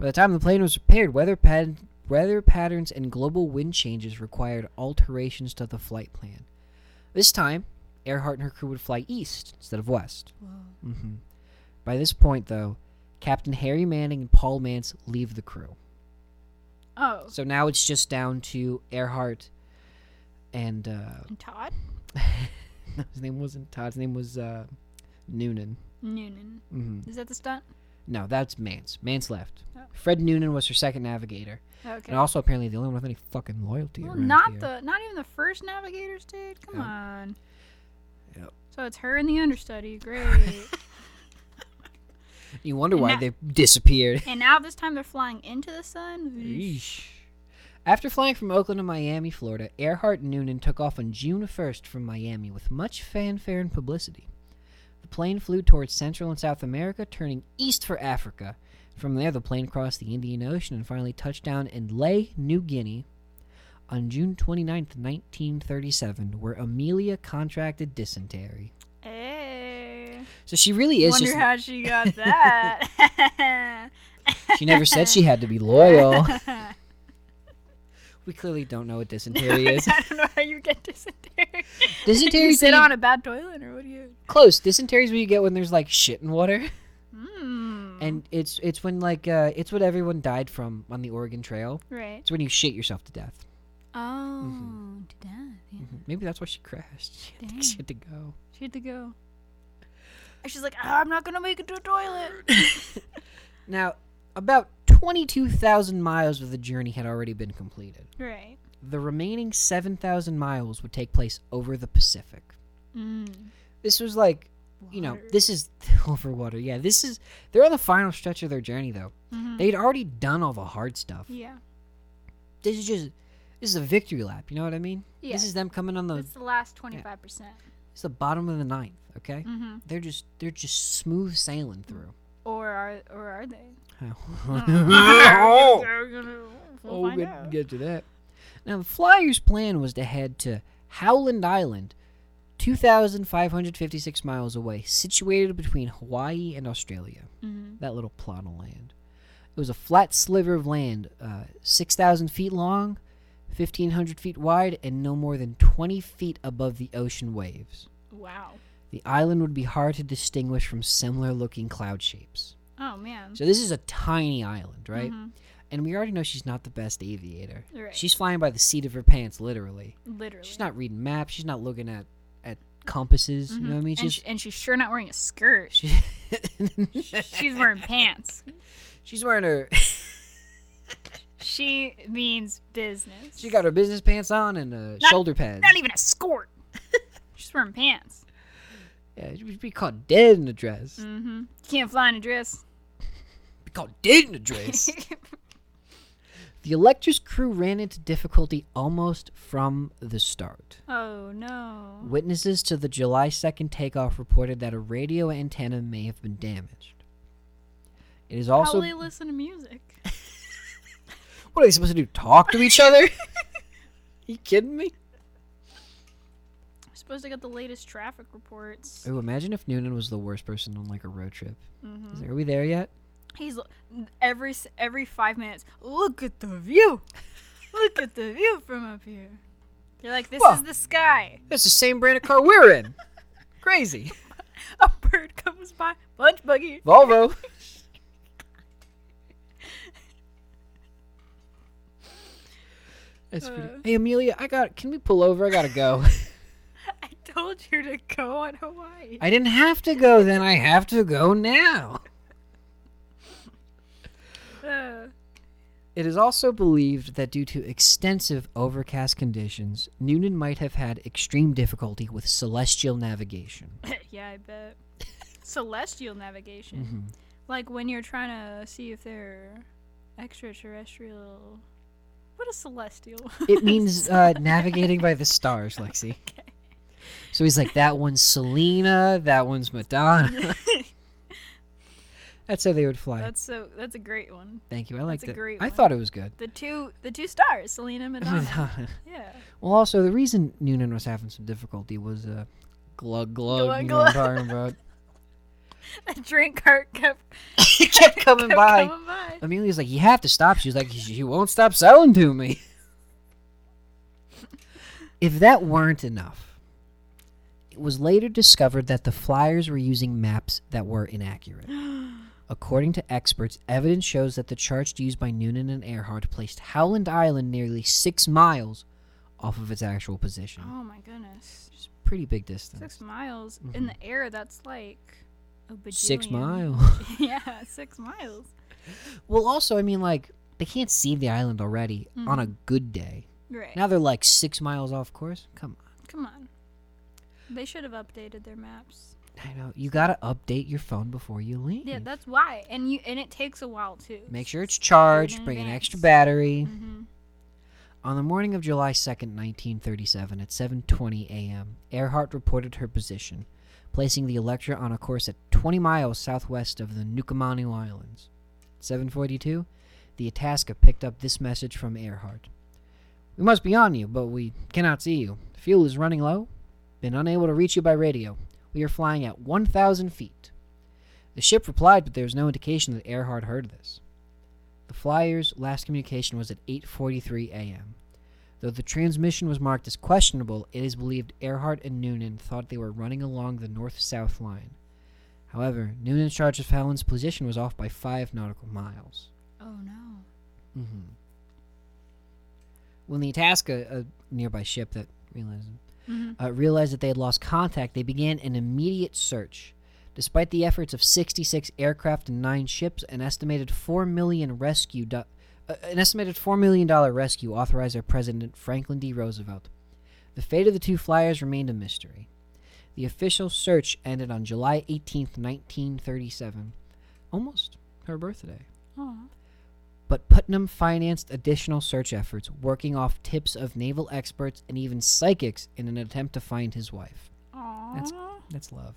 Speaker 2: By the time the plane was repaired, weather pat- weather patterns and global wind changes required alterations to the flight plan. This time, Earhart and her crew would fly east instead of west. hmm By this point, though, Captain Harry Manning and Paul Mance leave the crew.
Speaker 3: Oh,
Speaker 2: So now it's just down to Earhart and. Uh,
Speaker 3: and Todd
Speaker 2: No, his name wasn't Todd. His name was uh, Noonan.
Speaker 3: Noonan
Speaker 2: hmm
Speaker 3: is that the stunt?
Speaker 2: No, that's Mance. Mance left.
Speaker 3: Oh.
Speaker 2: Fred Noonan was her second navigator,
Speaker 3: Okay.
Speaker 2: and also apparently the only one with any fucking loyalty.
Speaker 3: Well,
Speaker 2: around
Speaker 3: not
Speaker 2: here.
Speaker 3: the not even the first navigators did. Come
Speaker 2: Yep.
Speaker 3: on.
Speaker 2: Yep.
Speaker 3: So it's her and the understudy. Great.
Speaker 2: [laughs] You wonder
Speaker 3: and
Speaker 2: why
Speaker 3: that-
Speaker 2: they disappeared.
Speaker 3: and now this time they're flying into the sun. Eesh.
Speaker 2: Yeesh. After flying from Oakland to Miami, Florida, Earhart and Noonan took off on June 1st from Miami with much fanfare and publicity. The plane flew towards Central and South America, turning east for Africa. From there, the plane crossed the Indian Ocean and finally touched down in Ley, New Guinea on June 29th, 1937, where Amelia contracted dysentery.
Speaker 3: Hey.
Speaker 2: So she really is
Speaker 3: Wonder
Speaker 2: just.
Speaker 3: how she
Speaker 2: [laughs]
Speaker 3: got that. [laughs]
Speaker 2: she never said she had to be loyal. we clearly don't know what dysentery is.
Speaker 3: I don't know how [laughs] you get dysentery.
Speaker 2: Dysentery
Speaker 3: you sit
Speaker 2: thing-
Speaker 3: on a bad toilet or what do you?
Speaker 2: Close. Dysentery is what you get when there's like shit in water,
Speaker 3: Mm.
Speaker 2: and it's it's when like uh, it's what everyone died from on the Oregon Trail.
Speaker 3: Right.
Speaker 2: It's when you shit yourself to death.
Speaker 3: Oh, to die, yeah.
Speaker 2: Maybe that's why she crashed. She had,
Speaker 3: Dang.
Speaker 2: to, she had to go.
Speaker 3: She had to go. And she's like, "Ah, I'm not gonna make it to a [laughs] toilet.
Speaker 2: Now, about twenty-two thousand miles of the journey had already been completed.
Speaker 3: right.
Speaker 2: The remaining seven thousand miles would take place over the Pacific.
Speaker 3: Mm.
Speaker 2: This was like, you know,
Speaker 3: Water.
Speaker 2: this is [laughs] over water. Yeah, this is. They're on the final stretch of their journey, though.
Speaker 3: Mhm.
Speaker 2: They'd already done all the hard stuff.
Speaker 3: Yeah.
Speaker 2: this is just this is a victory lap. You know what I mean?
Speaker 3: Yeah.
Speaker 2: This is them coming on the
Speaker 3: It's the last twenty five percent.
Speaker 2: it's the bottom of the ninth. Okay,
Speaker 3: Mhm.
Speaker 2: they're just they're just smooth sailing through.
Speaker 3: Or are or are they? Mm-hmm.
Speaker 2: oh,
Speaker 3: They're gonna- we'll
Speaker 4: Oh,
Speaker 3: find out.
Speaker 2: get to that. [laughs] Now the Flyers' plan was to head to Howland Island, two thousand five hundred fifty-six miles away, situated between Hawaii and Australia.
Speaker 3: Mhm.
Speaker 2: That little plot of land. It was a flat sliver of land, uh, six thousand feet long, fifteen hundred feet wide, and no more than twenty feet above the ocean waves.
Speaker 3: Wow.
Speaker 2: The island would be hard to distinguish from similar looking cloud shapes.
Speaker 3: Oh man.
Speaker 2: So this is a tiny island, right?
Speaker 3: Mhm.
Speaker 2: And we already know she's not the best aviator.
Speaker 3: Right.
Speaker 2: She's flying by the seat of her pants, literally.
Speaker 3: Literally.
Speaker 2: She's not reading maps. She's not looking at at compasses. You know what I mean?
Speaker 3: Mm-hmm. and,
Speaker 2: She's
Speaker 3: sh- and she's sure not wearing a
Speaker 2: [laughs]
Speaker 3: skirt. [laughs] she's wearing pants.
Speaker 2: she's wearing her
Speaker 3: She means business.
Speaker 2: [laughs] She got her business pants on and uh,
Speaker 3: Not-
Speaker 2: shoulder pads.
Speaker 3: not e even a skirt. She's wearing pants.
Speaker 2: Yeah, she would be caught dead in a dress.
Speaker 3: Mm-hmm. Can't fly in a dress.
Speaker 2: Be caught dead in a
Speaker 3: [laughs]
Speaker 2: dress. the Electra's crew ran into difficulty almost from the start.
Speaker 3: oh no.
Speaker 2: Witnesses to the July 2nd takeoff reported that a radio antenna may have been damaged. It is also.
Speaker 3: Probably listen to music.
Speaker 2: What are they supposed to do? Talk to each [laughs] other? you kidding me?
Speaker 3: I'm supposed to get the latest traffic reports.
Speaker 2: Ooh, imagine if Noonan was the worst person on like a road trip. He's like, are we there yet?
Speaker 3: He's every s- every five minutes. Look at the view. Look at the view from up here. You're like, this
Speaker 2: Whoa.
Speaker 3: is the sky.
Speaker 2: That's the same brand of car we're [laughs] in. Crazy.
Speaker 3: A bird comes by. Lunch buggy.
Speaker 2: Volvo. [laughs] That's pretty.
Speaker 3: Uh.
Speaker 2: Hey Amelia, I got. Can we pull over? I gotta go. [laughs]
Speaker 3: I told you to go on Hawaii.
Speaker 2: I didn't have to go then. I have to go now.
Speaker 3: Uh, [laughs]
Speaker 2: It is also believed that due to extensive overcast conditions, Noonan might have had extreme difficulty with celestial navigation.
Speaker 3: yeah, I bet. Celestial navigation.
Speaker 2: Mm-hmm.
Speaker 3: Like when you're trying to see if they're extraterrestrial. What a celestial. [laughs]
Speaker 2: It means uh, navigating by the stars, Lexi. So he's like, that one's Selena, that one's
Speaker 3: [laughs]
Speaker 2: Madonna. That's how they would fly.
Speaker 3: that's so. That's a great one.
Speaker 2: Thank you. I liked it.
Speaker 3: a great
Speaker 2: I
Speaker 3: one.
Speaker 2: thought it was good.
Speaker 3: The two, the two stars, Selena
Speaker 2: [laughs]
Speaker 3: and Madonna. yeah. [laughs]
Speaker 2: well, also the reason Noonan was having some difficulty was uh, glug glug.
Speaker 3: Glug,
Speaker 2: you know what
Speaker 3: glug.
Speaker 2: I'm talking
Speaker 3: [laughs]
Speaker 2: about.
Speaker 3: A drink cart kept,
Speaker 2: It kept coming
Speaker 3: kept
Speaker 2: by.
Speaker 3: coming by.
Speaker 2: Amelia's like, you have to stop. She's like, you won't stop selling to me. if that weren't enough, it was later discovered that the flyers were using maps that were inaccurate.
Speaker 3: [gasps]
Speaker 2: According to experts, evidence shows that the charts used by Noonan and Earhart placed Howland Island nearly six miles off of its actual position.
Speaker 3: Oh my goodness. Just
Speaker 2: Pretty big distance.
Speaker 3: Six miles in the air. That's like a
Speaker 2: Mm-hmm.
Speaker 3: bajillion. [laughs]
Speaker 2: Six miles. [laughs]
Speaker 3: yeah, six miles.
Speaker 2: well, also, I mean, like, they can't see the island already
Speaker 3: Mm-hmm.
Speaker 2: on a good day.
Speaker 3: Right.
Speaker 2: Now they're like six miles off course. Come on.
Speaker 3: Come on. They should have updated their maps.
Speaker 2: I know. You gotta update your phone before you leave.
Speaker 3: Yeah, that's why. And you and it takes a while too.
Speaker 2: Make sure it's charged.
Speaker 3: in
Speaker 2: Bring an extra
Speaker 3: advance.
Speaker 2: battery.
Speaker 3: Mhm.
Speaker 2: On the morning of July 2nd, 1937, at 7:20 a.m., Earhart reported her position, placing the Electra on a course at 20 miles southwest of the Nukamanu Islands. 7:42, the Itasca picked up this message from Earhart: "We must be on you, but we cannot see you. Fuel is running low. Been unable to reach you by radio. We are flying at 1,000 feet." The ship replied, but there was no indication that Earhart heard this. The flyer's last communication was at 8:43 a.m. Though the transmission was marked as questionable, it is believed Earhart and Noonan thought they were running along the north-south line. However, Noonan's charge of Fallon's position was off by five nautical miles.
Speaker 3: Oh no.
Speaker 2: Mm-hmm. When the Itasca, a nearby ship that realized, uh, realized that they had lost contact, they began an immediate search. Despite the efforts of 66 aircraft and nine ships, an estimated four million rescue, do- uh, an estimated four million dollar rescue authorized by President Franklin D. Roosevelt. The fate of the two flyers remained a mystery. The official search ended on July 18, 1937, almost her birthday
Speaker 3: Oh.
Speaker 2: but Putnam financed additional search efforts, working off tips of naval experts and even psychics in an attempt to find his wife. That's, that's love.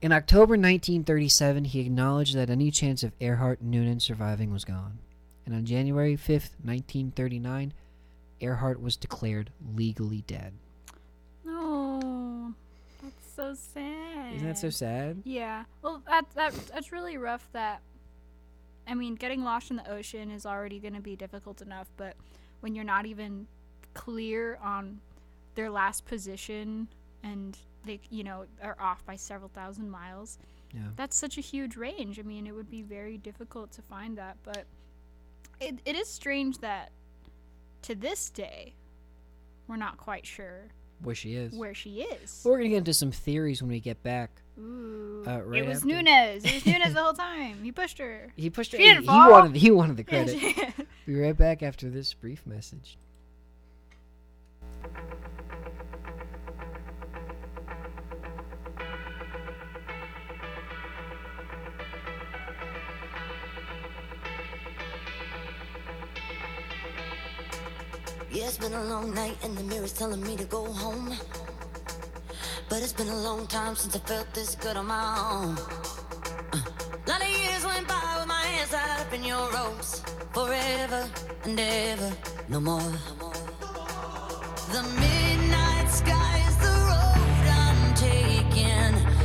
Speaker 2: In October 1937, he acknowledged that any chance of Earhart and Noonan surviving was gone. And on January 5th, 1939, Earhart was declared legally dead.
Speaker 3: No. That's so sad.
Speaker 2: Isn't that so sad?
Speaker 3: Yeah. Well, that, that that's really rough. That I mean, getting lost in the ocean is already going to be difficult enough, but when you're not even clear on their last position and they, you know, are off by several thousand miles,
Speaker 2: Yeah.
Speaker 3: that's such a huge range. I mean, it would be very difficult to find that, but it, it is strange that to this day we're not quite sure
Speaker 2: where she is.
Speaker 3: where she is.
Speaker 2: We're gonna get into some theories when we get back.
Speaker 3: Ooh.
Speaker 2: Uh, right
Speaker 3: it was
Speaker 2: after. [laughs]
Speaker 3: Nunez. It was Nunez the whole time. He pushed her.
Speaker 2: He pushed her.
Speaker 3: She didn't
Speaker 2: he
Speaker 3: fall.
Speaker 2: wanted. He wanted
Speaker 3: [laughs]
Speaker 2: the
Speaker 3: Yeah,
Speaker 2: credit.
Speaker 3: she-
Speaker 2: Be right back after this brief message.
Speaker 6: Yeah, it's been a long night and the mirror's telling me to go home. But it's been a long time since I felt this good on my own. Uh, lot of years went by with my hands tied up in your ropes. Forever and ever, no more. The midnight sky is the road I'm taking.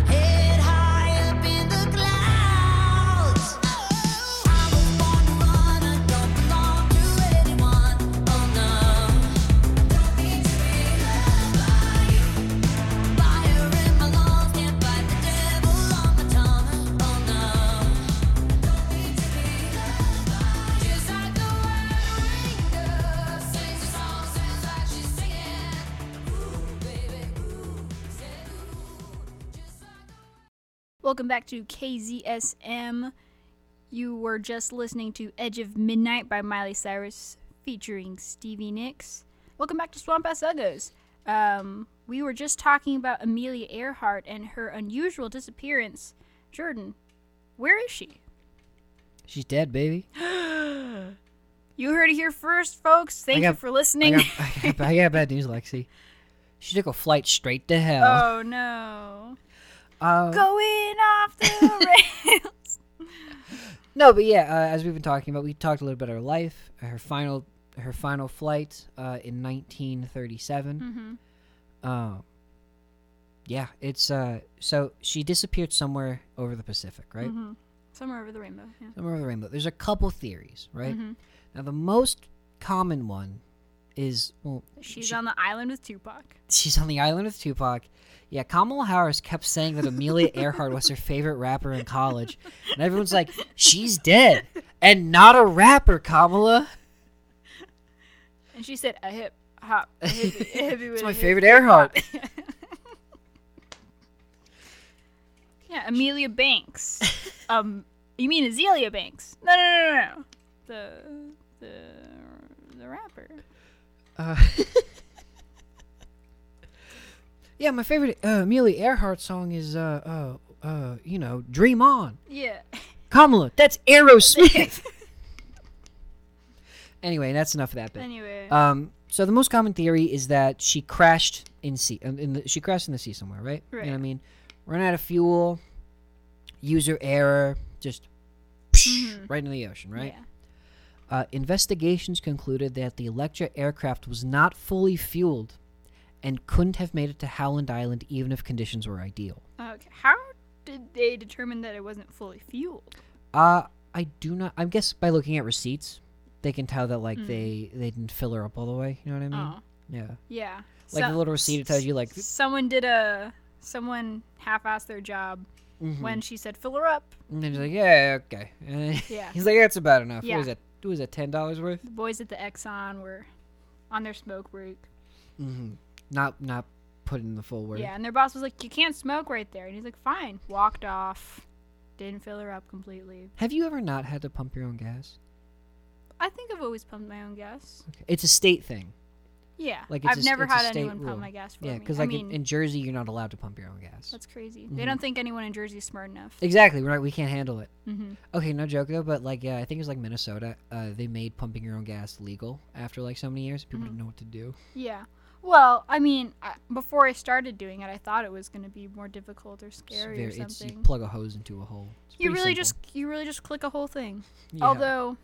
Speaker 6: Head high up in the clouds. I was born to run, I don't belong to anyone. Oh no. Don't need to be loved by you. Fire in my lungs, can't fight the devil on my tongue. Oh no. Don't need to be loved by you. Just like the wedding girl sings a song, sounds like she's singing. Ooh, baby, ooh, say ooh, just like.
Speaker 3: Welcome back to KZSM. You were just listening to Edge of Midnight by Miley Cyrus featuring Stevie Nicks. Welcome back to Swamp Ass Uggos. Um, we were just talking about Amelia Earhart and her unusual disappearance. Jordan, where is she?
Speaker 2: She's dead, baby.
Speaker 3: You heard it here first, folks. Thank
Speaker 2: got-
Speaker 3: you for
Speaker 2: I
Speaker 3: listening.
Speaker 2: got, I, got, I got bad news, Lexi. She took a flight straight to hell.
Speaker 3: [laughs] oh no. Oh.
Speaker 2: Uh,
Speaker 3: Going off the
Speaker 2: [laughs]
Speaker 3: rails.
Speaker 2: No, but yeah, uh, as we've been talking about, we talked a little bit about her life, uh, her final, her final flight uh, in 1937. Uh, yeah, it's uh, so she disappeared somewhere over the Pacific, right?
Speaker 3: Somewhere over the rainbow. Yeah.
Speaker 2: Somewhere over the rainbow. There's a couple theories, right? Now the most common one is well,
Speaker 3: She's
Speaker 2: she-
Speaker 3: on the island with Tupac.
Speaker 2: she's on the island with Tupac. Yeah, Kamala Harris kept saying that Amelia Earhart was her favorite rapper in college, and everyone's like, "She's dead and not a rapper, Kamala."
Speaker 3: And she said, a hip hop. A
Speaker 2: [laughs]
Speaker 3: hippie, a hippie with
Speaker 2: It's my
Speaker 3: a hip
Speaker 2: favorite Earhart.
Speaker 3: Yeah,
Speaker 2: [laughs]
Speaker 3: Amelia Banks. um, you mean Azealia Banks? No, no, no, no, no. The the the rapper.
Speaker 2: Uh, yeah, my favorite uh, Amelia Earhart song is, uh, uh, uh, you know, "Dream On." [laughs]
Speaker 3: Yeah. [laughs]
Speaker 2: Kamala, that's Aerosmith. anyway, that's enough of that bit.
Speaker 3: Anyway.
Speaker 2: Um, so the most common theory is that she crashed in sea. um, In the, she crashed in the sea somewhere, right? You know what I
Speaker 3: Right.
Speaker 2: mean? Run out of fuel, user error, just right into the ocean, right?
Speaker 3: Mm-hmm. Yeah.
Speaker 2: Uh, investigations concluded that the Electra aircraft was not fully fueled and couldn't have made it to Howland Island even if conditions were ideal.
Speaker 3: Okay. How did they determine that it wasn't fully fueled?
Speaker 2: Uh, I do not. I guess by looking at receipts, they can tell that like they they didn't fill her up all the way. You know what I mean?
Speaker 3: Mm. Oh.
Speaker 2: Yeah.
Speaker 3: Yeah.
Speaker 2: Mm-hmm. Like
Speaker 3: So-
Speaker 2: the little receipt it tells you like
Speaker 3: someone did a someone half-assed their job
Speaker 2: Hmm.
Speaker 3: when she said fill her up.
Speaker 2: And then he's like, yeah, okay. [laughs] And
Speaker 3: Yeah.
Speaker 2: He's like, that's about enough. What
Speaker 3: Yeah.
Speaker 2: was that? What was that? Ten dollars worth?
Speaker 3: The boys at the Exxon were on their smoke break.
Speaker 2: Not not put in the full word.
Speaker 3: Yeah, and their boss was like, "You can't smoke right there," and he's like, "Fine." Walked off. Didn't fill her up completely.
Speaker 2: Have you ever not had to pump your own gas?
Speaker 3: I think I've always pumped my own gas.
Speaker 2: Okay. It's a state thing.
Speaker 3: Yeah,
Speaker 2: Like it's
Speaker 3: I've
Speaker 2: a,
Speaker 3: never
Speaker 2: it's a
Speaker 3: had
Speaker 2: state
Speaker 3: anyone
Speaker 2: rule.
Speaker 3: pump my gas for
Speaker 2: yeah,
Speaker 3: me.
Speaker 2: because
Speaker 3: I
Speaker 2: like
Speaker 3: mean,
Speaker 2: in, Mm-hmm. in Jersey, you're not allowed to pump your own gas.
Speaker 3: that's crazy. They don't think anyone in Jersey is smart enough.
Speaker 2: Exactly. We're not, we can't handle it.
Speaker 3: hmm
Speaker 2: Okay, no joke though. But like, yeah, I think it was like Minnesota. Uh, they made pumping your own gas legal after like so many years. People
Speaker 3: Mm-hmm.
Speaker 2: didn't know what to do.
Speaker 3: Yeah. Well, I mean, I, before I started doing it, I thought it was going to be more difficult or
Speaker 2: It's
Speaker 3: scary
Speaker 2: very-
Speaker 3: or
Speaker 2: it's- you
Speaker 3: something.
Speaker 2: plug a hose into a hole. It's
Speaker 3: you
Speaker 2: pretty
Speaker 3: really just
Speaker 2: simple.
Speaker 3: you really just click a whole thing.
Speaker 2: Yeah.
Speaker 3: Although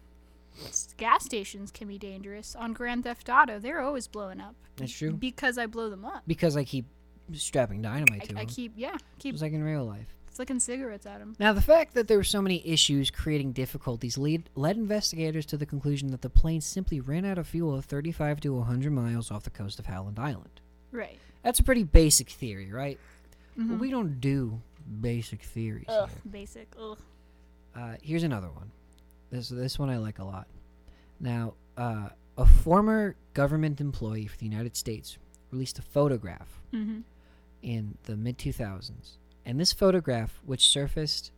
Speaker 3: s- gas stations can be dangerous. On Grand Theft Auto, they're always blowing up.
Speaker 2: That's true.
Speaker 3: Because I blow them up.
Speaker 2: because I keep strapping dynamite to
Speaker 3: I, I
Speaker 2: them.
Speaker 3: keep yeah keep
Speaker 2: It's like in real life.
Speaker 3: flicking cigarettes at them.
Speaker 2: Now, the fact that there were so many issues creating difficulties lead, led investigators to the conclusion that the plane simply ran out of fuel 35 to 100 miles off the coast of Howland Island.
Speaker 3: Right.
Speaker 2: That's a pretty basic theory, right? But we don't do basic theories.
Speaker 3: Ugh. Basic. Ugh.
Speaker 2: Uh, here's another one. This this one I like a lot. Now, uh, a former government employee for the United States released a photograph
Speaker 3: Mm-hmm.
Speaker 2: in the mid 2000s. And this photograph, which surfaced,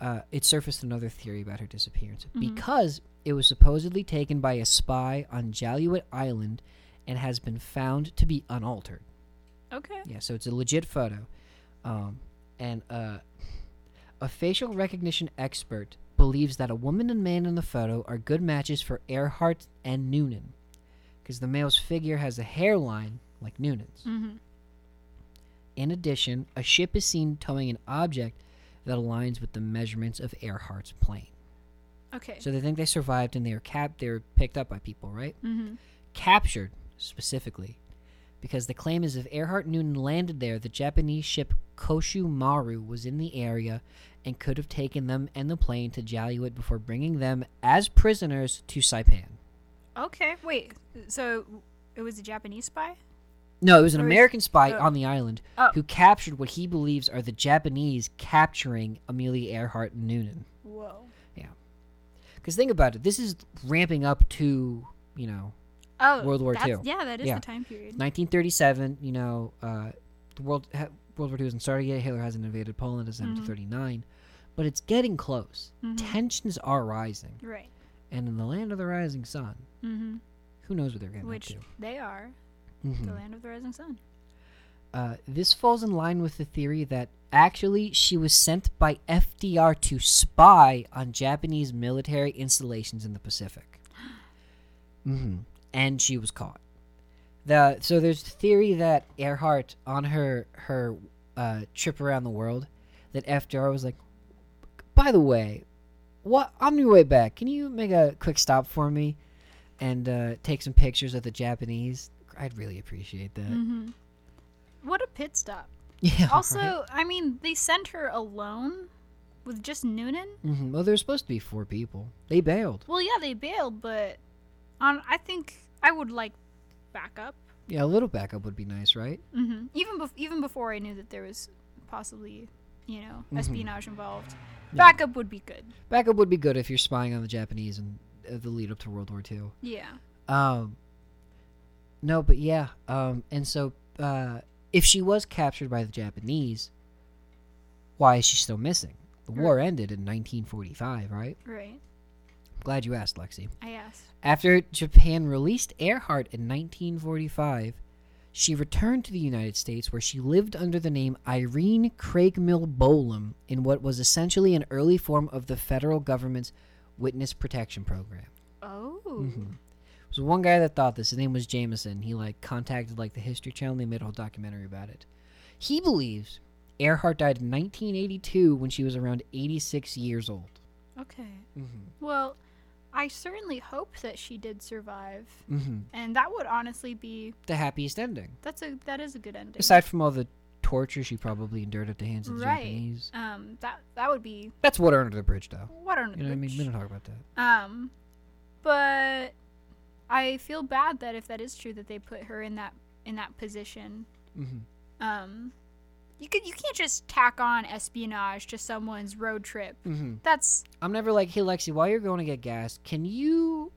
Speaker 2: uh, it surfaced another theory about her disappearance because it was supposedly taken by a spy on Jaluit Island and has been found to be unaltered.
Speaker 3: Okay.
Speaker 2: Yeah, so it's a legit photo. Um, and uh, a facial recognition expert believes that a woman and man in the photo are good matches for Earhart and Noonan because the male's figure has a hairline like Noonan's.
Speaker 3: Mm-hmm.
Speaker 2: In addition, a ship is seen towing an object that aligns with the measurements of Earhart's plane.
Speaker 3: Okay.
Speaker 2: So they think they survived and they were cap they were picked up by people, right?
Speaker 3: mm-hmm.
Speaker 2: Captured specifically. Because the claim is if Earhart Noonan landed there, the Japanese ship Koshu Maru was in the area and could have taken them and the plane to Jaluit before bringing them as prisoners to Saipan.
Speaker 3: Okay. Wait. So it was a Japanese spy?
Speaker 2: No, it was an
Speaker 3: Or is-
Speaker 2: American spy
Speaker 3: oh.
Speaker 2: on the island
Speaker 3: Oh.
Speaker 2: who captured what he believes are the Japanese capturing Amelia Earhart Noonan.
Speaker 3: Whoa.
Speaker 2: Because think about it, this is ramping up to you know
Speaker 3: Oh.
Speaker 2: World War
Speaker 3: that's-
Speaker 2: Two.
Speaker 3: Yeah, that is
Speaker 2: Yeah.
Speaker 3: the time period.
Speaker 2: 1937. You know, uh, the world ha- World War II isn't started yet. Hitler hasn't invaded Poland as
Speaker 3: Mhm.
Speaker 2: 1939, but it's getting close.
Speaker 3: Mhm.
Speaker 2: Tensions are rising,
Speaker 3: Right.
Speaker 2: and in the land of the rising sun,
Speaker 3: Mm-hmm.
Speaker 2: who knows what they're getting
Speaker 3: Which
Speaker 2: up
Speaker 3: they are.
Speaker 2: to? Mhm.
Speaker 3: The land of the rising sun.
Speaker 2: Uh, this falls in line with the theory that actually she was sent by FDR to spy on Japanese military installations in the
Speaker 3: [gasps]
Speaker 2: Pacific. hmm And she was caught. The, so there's the theory that Earhart, on her her uh, trip around the world, that FDR was like, by the way, what on your way back, can you make a quick stop for me and uh, take some pictures of the Japanese? I'd really appreciate that.
Speaker 3: Mm-hmm. What a pit stop.
Speaker 2: [laughs] Yeah.
Speaker 3: Also,
Speaker 2: [laughs] right?
Speaker 3: I mean, they sent her alone with just Noonan.
Speaker 2: hmm Well, there was supposed to be four people. They bailed.
Speaker 3: Well, yeah, they bailed, but on I think I would like backup.
Speaker 2: Yeah, a little backup would be nice, right?
Speaker 3: Mm-hmm. Even bef- even before I knew that there was possibly, you know,
Speaker 2: Mhm.
Speaker 3: espionage involved,
Speaker 2: Yeah.
Speaker 3: backup would be good.
Speaker 2: Backup would be good if you're spying on the Japanese and uh, the lead up to World War II.
Speaker 3: Yeah.
Speaker 2: Um, no, but yeah. Um, and so, uh, if she was captured by the Japanese, why is she still missing? The war ended in 1945, right?
Speaker 3: Right.
Speaker 2: I'm glad you asked, Lexi.
Speaker 3: I asked.
Speaker 2: After Japan released Earhart in 1945, she returned to the United States where she lived under the name Irene Craigmill Bolam in what was essentially an early form of the federal government's witness protection program.
Speaker 3: Oh.
Speaker 2: Mm-hmm. So one guy that thought this, his name was Jameson. He like contacted like the History Channel. and They made a whole documentary about it. He believes Earhart died in 1982 when she was around 86 years old.
Speaker 3: Okay.
Speaker 2: Mm-hmm.
Speaker 3: Well, I certainly hope that she did survive,
Speaker 2: Mm-hmm.
Speaker 3: and that would honestly be
Speaker 2: The happiest ending.
Speaker 3: that's a that is a good ending.
Speaker 2: aside from all the torture she probably endured at the hands of the
Speaker 3: right.
Speaker 2: Japanese.
Speaker 3: Um. That that would be
Speaker 2: That's water under the bridge, though.
Speaker 3: what on
Speaker 2: You know what I mean?
Speaker 3: earth?
Speaker 2: We don't talk about that.
Speaker 3: Um, but I feel bad that if that is true, that they put her in that in that position.
Speaker 2: Mm-hmm.
Speaker 3: Um, you could you can't just tack on espionage to someone's road trip.
Speaker 2: Mm-hmm.
Speaker 3: That's
Speaker 2: I'm never like, hey, Lexi, while you're going to get gas, can you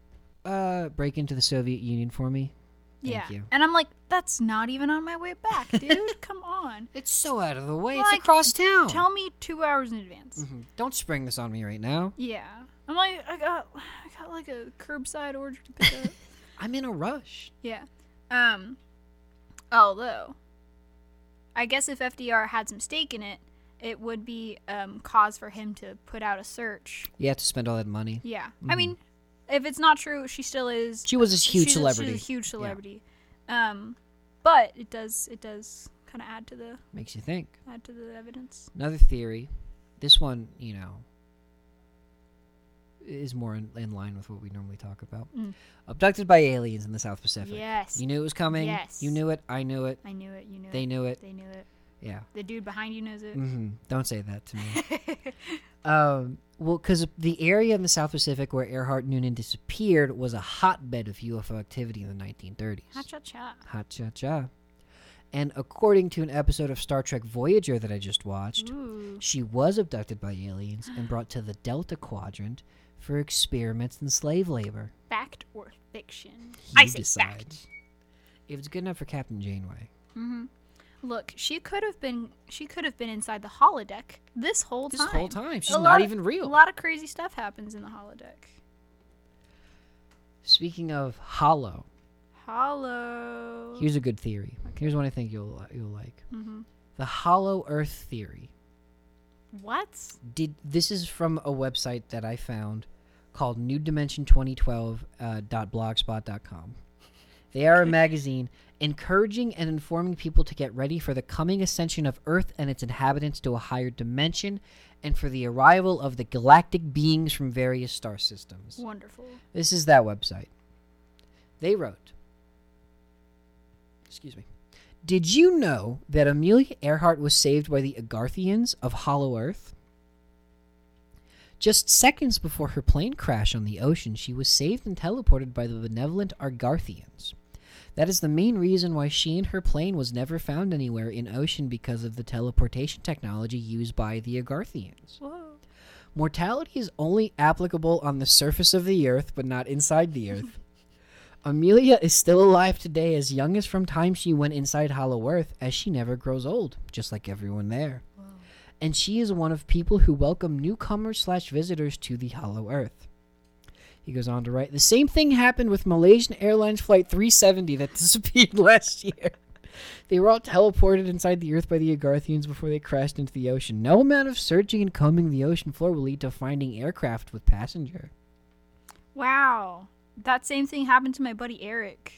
Speaker 2: uh, break into the Soviet Union for me? Thank
Speaker 3: yeah.
Speaker 2: you.
Speaker 3: And I'm like, that's not even on my way
Speaker 2: [laughs]
Speaker 3: back, dude. Come on.
Speaker 2: It's so out of the way.
Speaker 3: Like,
Speaker 2: it's across town.
Speaker 3: Tell me two hours in advance.
Speaker 2: Mhm. Don't spring this on me right now.
Speaker 3: Yeah. I'm like, I got I got like a curbside order to
Speaker 2: [laughs]
Speaker 3: pick up.
Speaker 2: I'm in a rush.
Speaker 3: Yeah. Um although I guess if FDR had some stake in it, it would be um cause for him to put out a search.
Speaker 2: You have to spend all that money.
Speaker 3: Yeah. I mean, if it's not true, she still is
Speaker 2: Mm-hmm. She was a huge
Speaker 3: she's a-
Speaker 2: celebrity.
Speaker 3: she's a huge celebrity. Um but it does it does kind of add to the
Speaker 2: Makes you think.
Speaker 3: add to the evidence.
Speaker 2: Another theory. This one, you know, is more in, in line with what we normally talk about.
Speaker 3: Mm.
Speaker 2: Abducted by aliens in the South Pacific.
Speaker 3: Yes.
Speaker 2: You knew it was coming.
Speaker 3: Yes.
Speaker 2: You knew it. I knew it.
Speaker 3: I knew it, you knew
Speaker 2: They
Speaker 3: it.
Speaker 2: knew it.
Speaker 3: They knew it.
Speaker 2: Yeah.
Speaker 3: The dude behind you knows it.
Speaker 2: hmm Don't say that
Speaker 3: [laughs]
Speaker 2: to me. um, well, because the area in the South Pacific where Earhart Noonan disappeared was a hotbed of UFO activity in the 1930s.
Speaker 3: Ha [laughs] cha cha.
Speaker 2: Ha cha cha. And according to an episode of Star Trek Voyager that I just watched,
Speaker 3: Ooh.
Speaker 2: She was abducted by aliens and brought to the Delta Quadrant for experiments in slave labor.
Speaker 3: Fact or fiction?
Speaker 2: You
Speaker 3: I say fact.
Speaker 2: decide. If it's good enough for Captain Janeway.
Speaker 3: hmm Look, she could have been she could have been inside the holodeck this whole
Speaker 2: This
Speaker 3: time.
Speaker 2: whole time. She's
Speaker 3: A
Speaker 2: not
Speaker 3: lot of-
Speaker 2: even real.
Speaker 3: A lot of crazy stuff happens in the holodeck.
Speaker 2: Speaking of hollow,
Speaker 3: Hollow.
Speaker 2: here's a good theory. Here's one I think you'll li- you'll like.
Speaker 3: Mhm.
Speaker 2: The hollow earth theory.
Speaker 3: What?
Speaker 2: [laughs] Did this is from a website that I found called New Dimension 2012 uh, dot blogspot.com. They are a magazine encouraging and informing people to get ready for the coming ascension of Earth and its inhabitants to a higher dimension and for the arrival of the galactic beings from various star systems.
Speaker 3: Wonderful.
Speaker 2: This is that website. They wrote, Excuse me. Did you know that Amelia Earhart was saved by the Agarthians of Hollow Earth? Just seconds before her plane crash on the ocean, she was saved and teleported by the benevolent Argarthians. That is the main reason why she and her plane was never found anywhere in ocean because of the teleportation technology used by the Agarthians.
Speaker 3: Whoa.
Speaker 2: Mortality is only applicable on the surface of the earth, but not inside the earth. [laughs] Amelia is still alive today, as young as from time she went inside Hollow Earth, as she never grows old, just like everyone there. And she is one of people who welcome newcomers slash visitors to the Hollow Earth. He goes on to write, the same thing happened with Malaysian Airlines Flight 370 that [laughs] disappeared last year. They were all teleported inside the Earth by the Agarthians before they crashed into the ocean. No amount of searching and combing the ocean floor will lead to finding aircraft with passenger.
Speaker 3: Wow. That same thing happened to my
Speaker 2: [laughs]
Speaker 3: buddy Eric.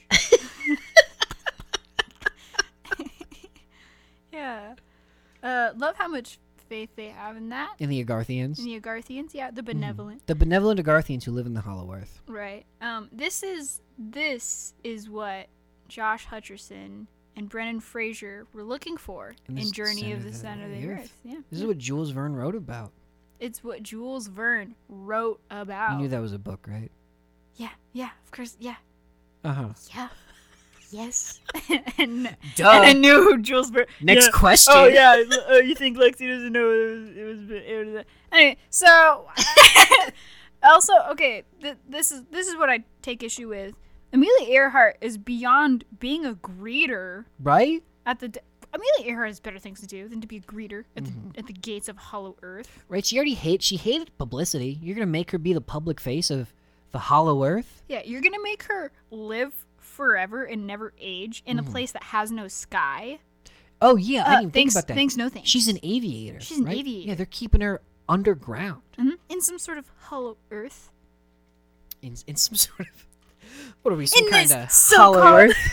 Speaker 3: [laughs] yeah. Uh, love how much faith they have in that.
Speaker 2: In the Agarthians?
Speaker 3: In the Agarthians, yeah, the
Speaker 2: Mm-hmm.
Speaker 3: benevolent.
Speaker 2: The benevolent Agarthians who live in the Hollow Earth.
Speaker 3: Right. Um, this is this is what Josh Hutcherson and Brennan Fraser were looking for
Speaker 2: In
Speaker 3: in,
Speaker 2: this
Speaker 3: Journey
Speaker 2: center
Speaker 3: of the Center of the Earth. Yeah.
Speaker 2: This is what Jules Verne wrote about.
Speaker 3: It's what Jules Verne wrote about.
Speaker 2: You knew that was a book, right?
Speaker 3: Yeah, yeah, of course, yeah,
Speaker 2: Uh huh.
Speaker 3: yeah. Yes. [laughs] and,
Speaker 2: Duh.
Speaker 3: and I knew who Jules Verne.
Speaker 2: Oh. Next
Speaker 3: yeah.
Speaker 2: question.
Speaker 3: Oh yeah. l- Oh, you think Lexi doesn't know it was? It was. It was anyway, [laughs] so uh, also okay. Th- this is this is what I take issue with. Amelia Earhart is beyond being a greeter
Speaker 2: Right?
Speaker 3: at the. D- Amelia Earhart has better things to do than to be a greeter at the,
Speaker 2: Mm-hmm.
Speaker 3: at the gates of Hollow Earth.
Speaker 2: Right? She already hates. She hated publicity. You're gonna make her be the public face of the Hollow Earth.
Speaker 3: Yeah, you're gonna make her live forever and never age
Speaker 2: Mm-hmm.
Speaker 3: in a place that has no sky.
Speaker 2: Oh yeah, I
Speaker 3: Uh,
Speaker 2: didn't even
Speaker 3: thanks-
Speaker 2: think about that.
Speaker 3: thanks, no thanks.
Speaker 2: She's an aviator.
Speaker 3: She's an
Speaker 2: right? Yeah,
Speaker 3: aviator.
Speaker 2: they're keeping her underground
Speaker 3: Mhm. In some sort of hollow earth.
Speaker 2: in in some [laughs] sort of what are we some
Speaker 3: In
Speaker 2: kind
Speaker 3: this
Speaker 2: of
Speaker 3: so-called-
Speaker 2: hollow earth?
Speaker 3: [laughs]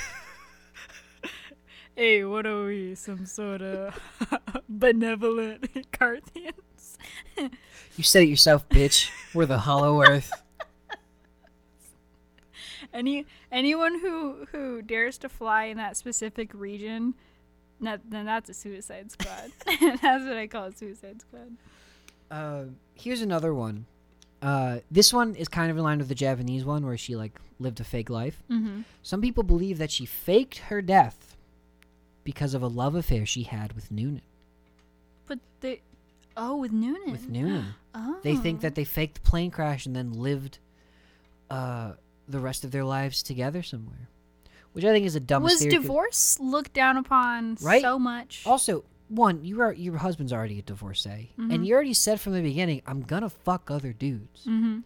Speaker 3: Hey, what are we? Some sort of [laughs] benevolent [laughs] Carthians?
Speaker 2: You said it yourself, bitch. We're the
Speaker 3: [laughs]
Speaker 2: hollow earth.
Speaker 3: Any anyone who who dares to fly in that specific region, that, then that's a suicide
Speaker 2: [laughs]
Speaker 3: squad. [laughs] that's what I call a suicide squad.
Speaker 2: Uh, here's another one. Uh, this one is kind of in line with the Japanese one where she like lived a fake life.
Speaker 3: Mm-hmm.
Speaker 2: Some people believe that she faked her death because of a love affair she had with Noonan.
Speaker 3: But they, oh, with Noonan.
Speaker 2: With Noonan.
Speaker 3: [gasps] Oh.
Speaker 2: They think that they faked the plane crash and then lived uh, the rest of their lives together somewhere, which I think is a dumb.
Speaker 3: was
Speaker 2: theory 'cause-
Speaker 3: divorce looked down upon
Speaker 2: Right?
Speaker 3: so much.
Speaker 2: Also, one, you are your husband's already a divorcee,
Speaker 3: Mm-hmm.
Speaker 2: and you already said from the beginning, "I'm gonna fuck other dudes."
Speaker 3: hmm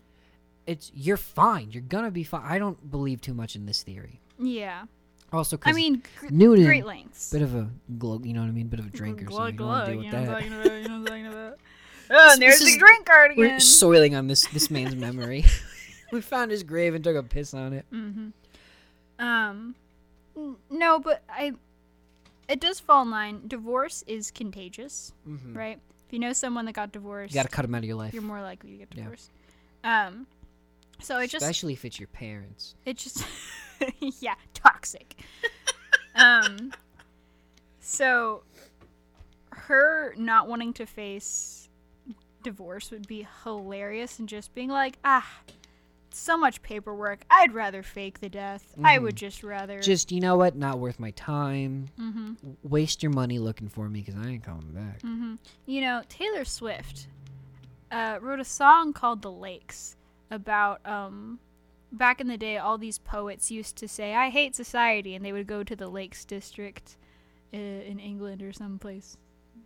Speaker 2: It's you're fine. You're gonna be fine. I don't believe too much in this theory.
Speaker 3: Yeah,
Speaker 2: Also, 'cause
Speaker 3: I mean, gr-
Speaker 2: Noonan-
Speaker 3: great lengths.
Speaker 2: bit of a glug, you know what I mean? Bit of a drinker. so
Speaker 3: Glug,
Speaker 2: you don't wanna deal
Speaker 3: glug,
Speaker 2: with
Speaker 3: you know
Speaker 2: that. [laughs]
Speaker 3: what I'm talking about, you know what I'm talking about. Oh, and
Speaker 2: This
Speaker 3: [laughs] there's
Speaker 2: is-
Speaker 3: the drink card
Speaker 2: We're
Speaker 3: again.
Speaker 2: soiling on this this
Speaker 3: [laughs]
Speaker 2: man's memory. [laughs] we found his grave and took a piss on it.
Speaker 3: Mm. Um, n- no, but I, it does fall in line. Divorce is contagious, right? If you know someone that got divorced,
Speaker 2: Mm-hmm. You Mm. gotta cut him out of your life,
Speaker 3: you're more likely to get
Speaker 2: Yeah.
Speaker 3: divorced. Um, so it just
Speaker 2: especially if it's your parents.
Speaker 3: It just [laughs] yeah, toxic. um so her not wanting to face divorce would be hilarious and just being like, "Ah, so much paperwork. I'd rather fake the death. I would just rather Mm-hmm.
Speaker 2: Just you know what? Not worth my time.
Speaker 3: Mm.
Speaker 2: W- Waste your money looking for me because I ain't coming back.
Speaker 3: Mm. Mm-hmm. You know, Taylor Swift uh, wrote a song called "The Lakes" about um, back in the day, all these poets used to say, "I hate society," and they would go to the Lakes District uh, in England or someplace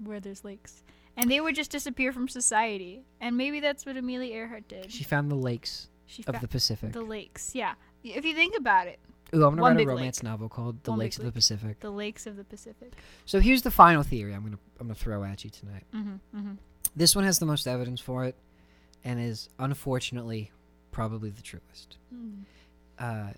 Speaker 3: where there's lakes, and they would just disappear from society. And maybe that's what Amelia Earhart did.
Speaker 2: She found the lakes
Speaker 3: She
Speaker 2: of
Speaker 3: fa-
Speaker 2: the Pacific.
Speaker 3: the lakes, yeah. If you think about it,
Speaker 2: Ooh, I'm gonna
Speaker 3: one
Speaker 2: write a
Speaker 3: big
Speaker 2: romance
Speaker 3: lake.
Speaker 2: novel called The
Speaker 3: One big
Speaker 2: Lakes of the
Speaker 3: lake.
Speaker 2: Pacific.
Speaker 3: the lakes of the Pacific.
Speaker 2: So here's the final theory I'm gonna I'm gonna throw at you tonight.
Speaker 3: Mm-hmm, mm-hmm.
Speaker 2: This one has the most evidence for it, and is unfortunately probably the truest.
Speaker 3: Hmm.
Speaker 2: Uh,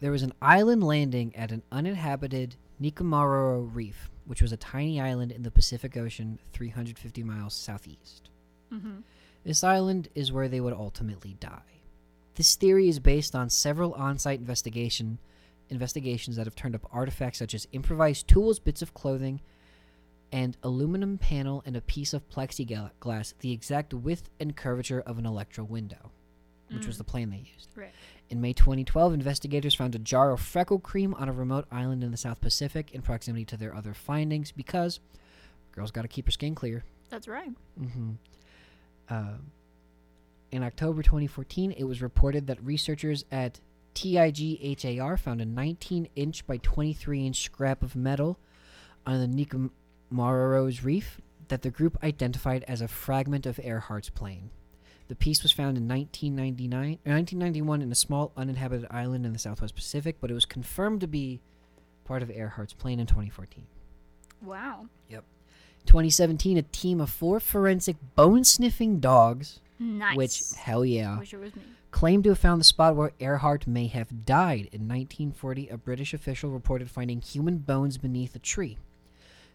Speaker 2: there was an island landing at an uninhabited Nikumaroro Reef, which was a tiny island in the Pacific Ocean, 350 miles southeast.
Speaker 3: Mm-hmm.
Speaker 2: This island is where they would ultimately die. This theory is based on several on-site investigation investigations that have turned up artifacts such as improvised tools, bits of clothing, and aluminum panel and a piece of plexiglass, the exact width and curvature of an electro window, which was the plane they used.
Speaker 3: Right.
Speaker 2: In May 2012, investigators found a jar of freckle cream on a remote island in the South Pacific in proximity to their other findings because girls got to keep her skin clear.
Speaker 3: That's right.
Speaker 2: Mm-hmm. Um, in October 2014, it was reported that researchers at TIGHAR found a 19 inch by 23 inch scrap of metal on the Nikamaroros Reef that the group identified as a fragment of Earhart's plane. The piece was found in 1999, or 1991 in a small uninhabited island in the Southwest Pacific, but it was confirmed to be part of Earhart's plane in 2014.
Speaker 3: Wow.
Speaker 2: 2017, a team of four forensic bone sniffing dogs,
Speaker 3: Nice.
Speaker 2: which, hell yeah,
Speaker 3: Wish it was me.
Speaker 2: claimed to have found the spot where Earhart may have died. In 1940, a British official reported finding human bones beneath a tree.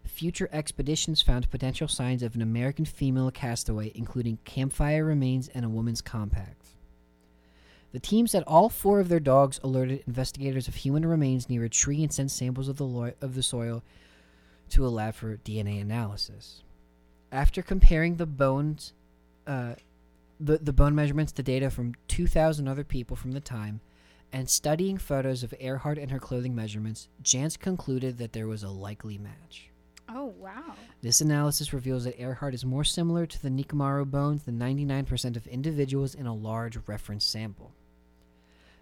Speaker 2: Future expeditions found potential signs of an American female castaway, including campfire remains and a woman's compact. The team said all four of their dogs alerted investigators of human remains near a tree and sent samples of the, lo- of the soil to a lab for DNA analysis. After comparing the bones, uh, the, the bone measurements to data from 2,000 other people from the time, and studying photos of Earhart and her clothing measurements, Jantz concluded that there was a likely match.
Speaker 3: Oh wow.
Speaker 2: This analysis reveals that Earhart is more similar to the Nicomaro bones than 99% of individuals in a large reference sample.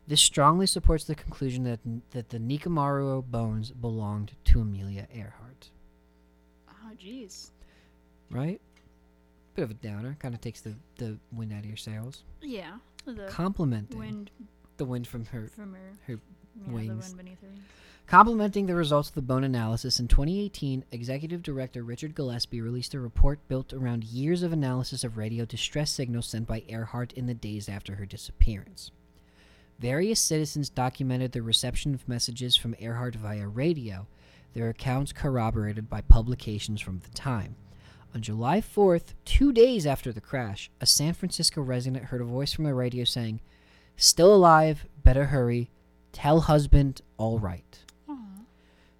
Speaker 2: This strongly supports the conclusion that, that the Nicomaro bones belonged to Amelia Earhart.
Speaker 3: Oh jeez.
Speaker 2: Right? Bit of a downer. Kind of takes the, the wind out of your sails.
Speaker 3: Yeah. The
Speaker 2: Complimenting
Speaker 3: wind
Speaker 2: the wind from her
Speaker 3: from her.
Speaker 2: her
Speaker 3: yeah,
Speaker 2: wings.
Speaker 3: The wind beneath her wings.
Speaker 2: Complementing the results of the bone analysis, in 2018, Executive Director Richard Gillespie released a report built around years of analysis of radio distress signals sent by Earhart in the days after her disappearance. Various citizens documented their reception of messages from Earhart via radio, their accounts corroborated by publications from the time. On July 4th, two days after the crash, a San Francisco resident heard a voice from the radio saying, Still alive, better hurry, tell husband, all right.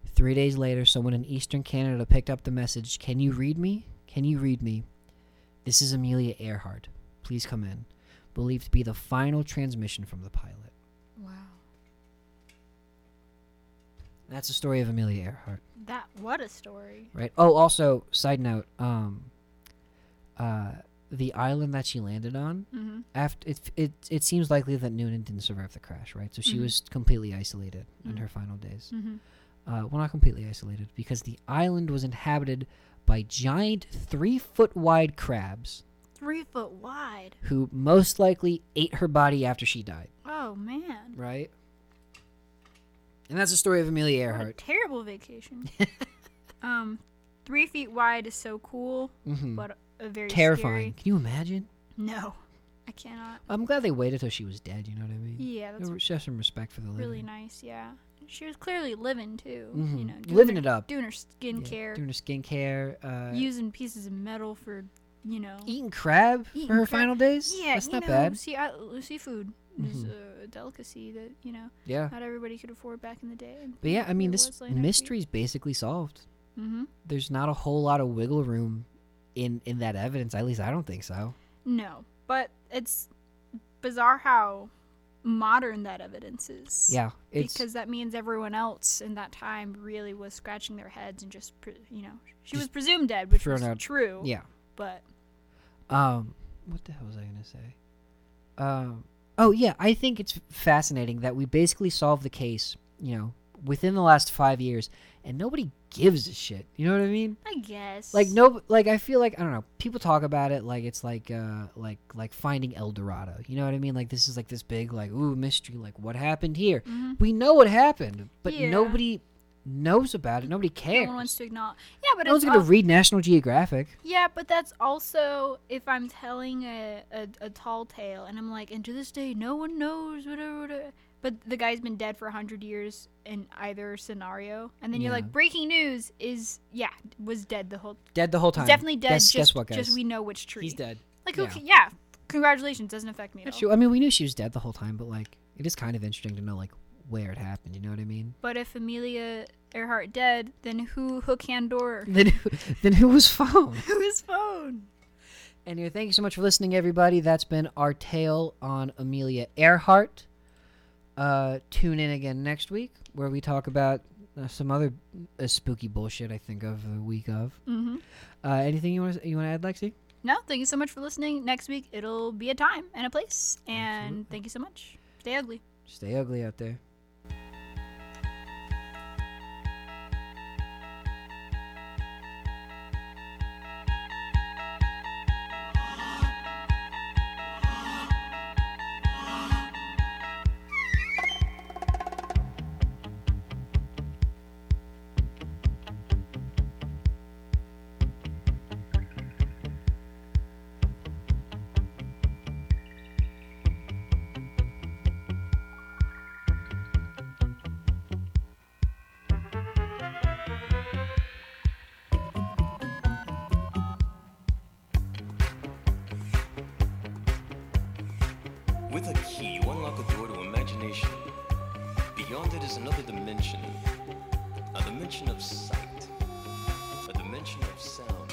Speaker 2: Three days later, someone in eastern Canada picked up the message Can you read me? Can you read me? This is Amelia Earhart. Please come in. Believed to be the final transmission from the pilot.
Speaker 3: Wow.
Speaker 2: That's the story of Amelia Earhart,
Speaker 3: That what a story.
Speaker 2: right? Oh, also, side note, um, uh, the island that she landed on,
Speaker 3: Mm-hmm.
Speaker 2: after it, it, it seems likely that Noonan didn't survive the crash, right? So she
Speaker 3: Mhm.
Speaker 2: was completely isolated in
Speaker 3: Mhm.
Speaker 2: her final days.
Speaker 3: Mm-hmm.
Speaker 2: uh, well, not completely isolated, because the island was inhabited by giant three foot wide crabs
Speaker 3: Three foot wide.
Speaker 2: who most likely ate her body after she died,
Speaker 3: Oh man.
Speaker 2: right? And that's the story of Amelia
Speaker 3: What a
Speaker 2: Earhart. [laughs]
Speaker 3: terrible vacation. um, three feet wide is so cool,
Speaker 2: hmm
Speaker 3: but a very
Speaker 2: Terrifying.
Speaker 3: Scary.
Speaker 2: Can you imagine?
Speaker 3: No, I cannot.
Speaker 2: I'm glad they waited till she was dead, you know what I mean?
Speaker 3: Yeah, that's
Speaker 2: They show some respect for the living.
Speaker 3: really nice. Yeah, she was clearly living too.
Speaker 2: Mhm.
Speaker 3: You know,
Speaker 2: Living
Speaker 3: her-
Speaker 2: it up.
Speaker 3: doing her
Speaker 2: Yeah,
Speaker 3: skincare,
Speaker 2: Doing her skincare. Uh,
Speaker 3: using pieces of metal for you know.
Speaker 2: eating crab
Speaker 3: eating
Speaker 2: for her
Speaker 3: crap.
Speaker 2: final days?
Speaker 3: Yeah,
Speaker 2: That's
Speaker 3: you
Speaker 2: not
Speaker 3: know,
Speaker 2: bad. Mm-hmm.
Speaker 3: See, I, seafood is a delicacy that you know
Speaker 2: Yeah.
Speaker 3: not everybody could afford back in the day. and
Speaker 2: But yeah, I mean,
Speaker 3: it
Speaker 2: this
Speaker 3: was like next week.
Speaker 2: mystery's basically solved.
Speaker 3: Mm-hmm.
Speaker 2: there's not a whole lot of wiggle room in in that evidence. At least I don't think so.
Speaker 3: No, but it's bizarre how modern that evidence is.
Speaker 2: Yeah, it's
Speaker 3: because that means everyone else in that time really was scratching their heads and just, pre- you know, she was
Speaker 2: Just
Speaker 3: presumed dead, which
Speaker 2: thrown
Speaker 3: was
Speaker 2: out-
Speaker 3: true.
Speaker 2: yeah.
Speaker 3: But
Speaker 2: Um, what the hell was I gonna say? Um, Oh yeah, I think it's fascinating that we basically solved the case, you know, within the last five years, and nobody gives a shit. You know what I mean?
Speaker 3: I guess.
Speaker 2: Like no, like I feel like I don't know. People talk about it like it's like uh like like finding El Dorado. You know what I mean? Like this is like this big like ooh mystery. Like what happened here?
Speaker 3: Mhm.
Speaker 2: We know what happened, but
Speaker 3: Yeah.
Speaker 2: nobody knows about it. Nobody cares.
Speaker 3: No one wants to acknowledge. Yeah, but
Speaker 2: No one's
Speaker 3: it's
Speaker 2: gonna
Speaker 3: al-
Speaker 2: read National Geographic.
Speaker 3: Yeah, but that's also if I'm telling a, a, a tall tale and I'm like, and to this day, no one knows whatever. whatever. But the guy's been dead for hundred years in either scenario, and then you're
Speaker 2: Yeah.
Speaker 3: like, breaking news is yeah was dead the whole.
Speaker 2: Dead the whole
Speaker 3: he's
Speaker 2: time.
Speaker 3: Definitely dead.
Speaker 2: Guess,
Speaker 3: just,
Speaker 2: guess what, guys?
Speaker 3: just we know which tree.
Speaker 2: He's dead.
Speaker 3: Like who?
Speaker 2: Yeah.
Speaker 3: ca- Yeah. Congratulations. Doesn't affect me. At
Speaker 2: That's
Speaker 3: all.
Speaker 2: true. I mean, we knew she was dead the whole time, but like, it is kind of interesting to know like where it happened. You know what I mean?
Speaker 3: But if Amelia Earhart dead, then who hook hand door?
Speaker 2: Then, who- then [laughs] who was found?
Speaker 3: Whose phone?
Speaker 2: Anyway, thank you so much for listening, everybody. That's been our tale on Amelia Earhart. Uh, tune in again next week where we talk about uh, some other uh, spooky bullshit. I think of the week of.
Speaker 3: Mm-hmm.
Speaker 2: Uh, anything you want you want to add, Lexi?
Speaker 3: No, thank you so much for listening. Next week it'll be a time and a place. And thank you so much. Stay ugly.
Speaker 2: Stay ugly out there.
Speaker 7: With a key, you unlock a door to imagination. Beyond it is another dimension a dimension of sight, a dimension of sound.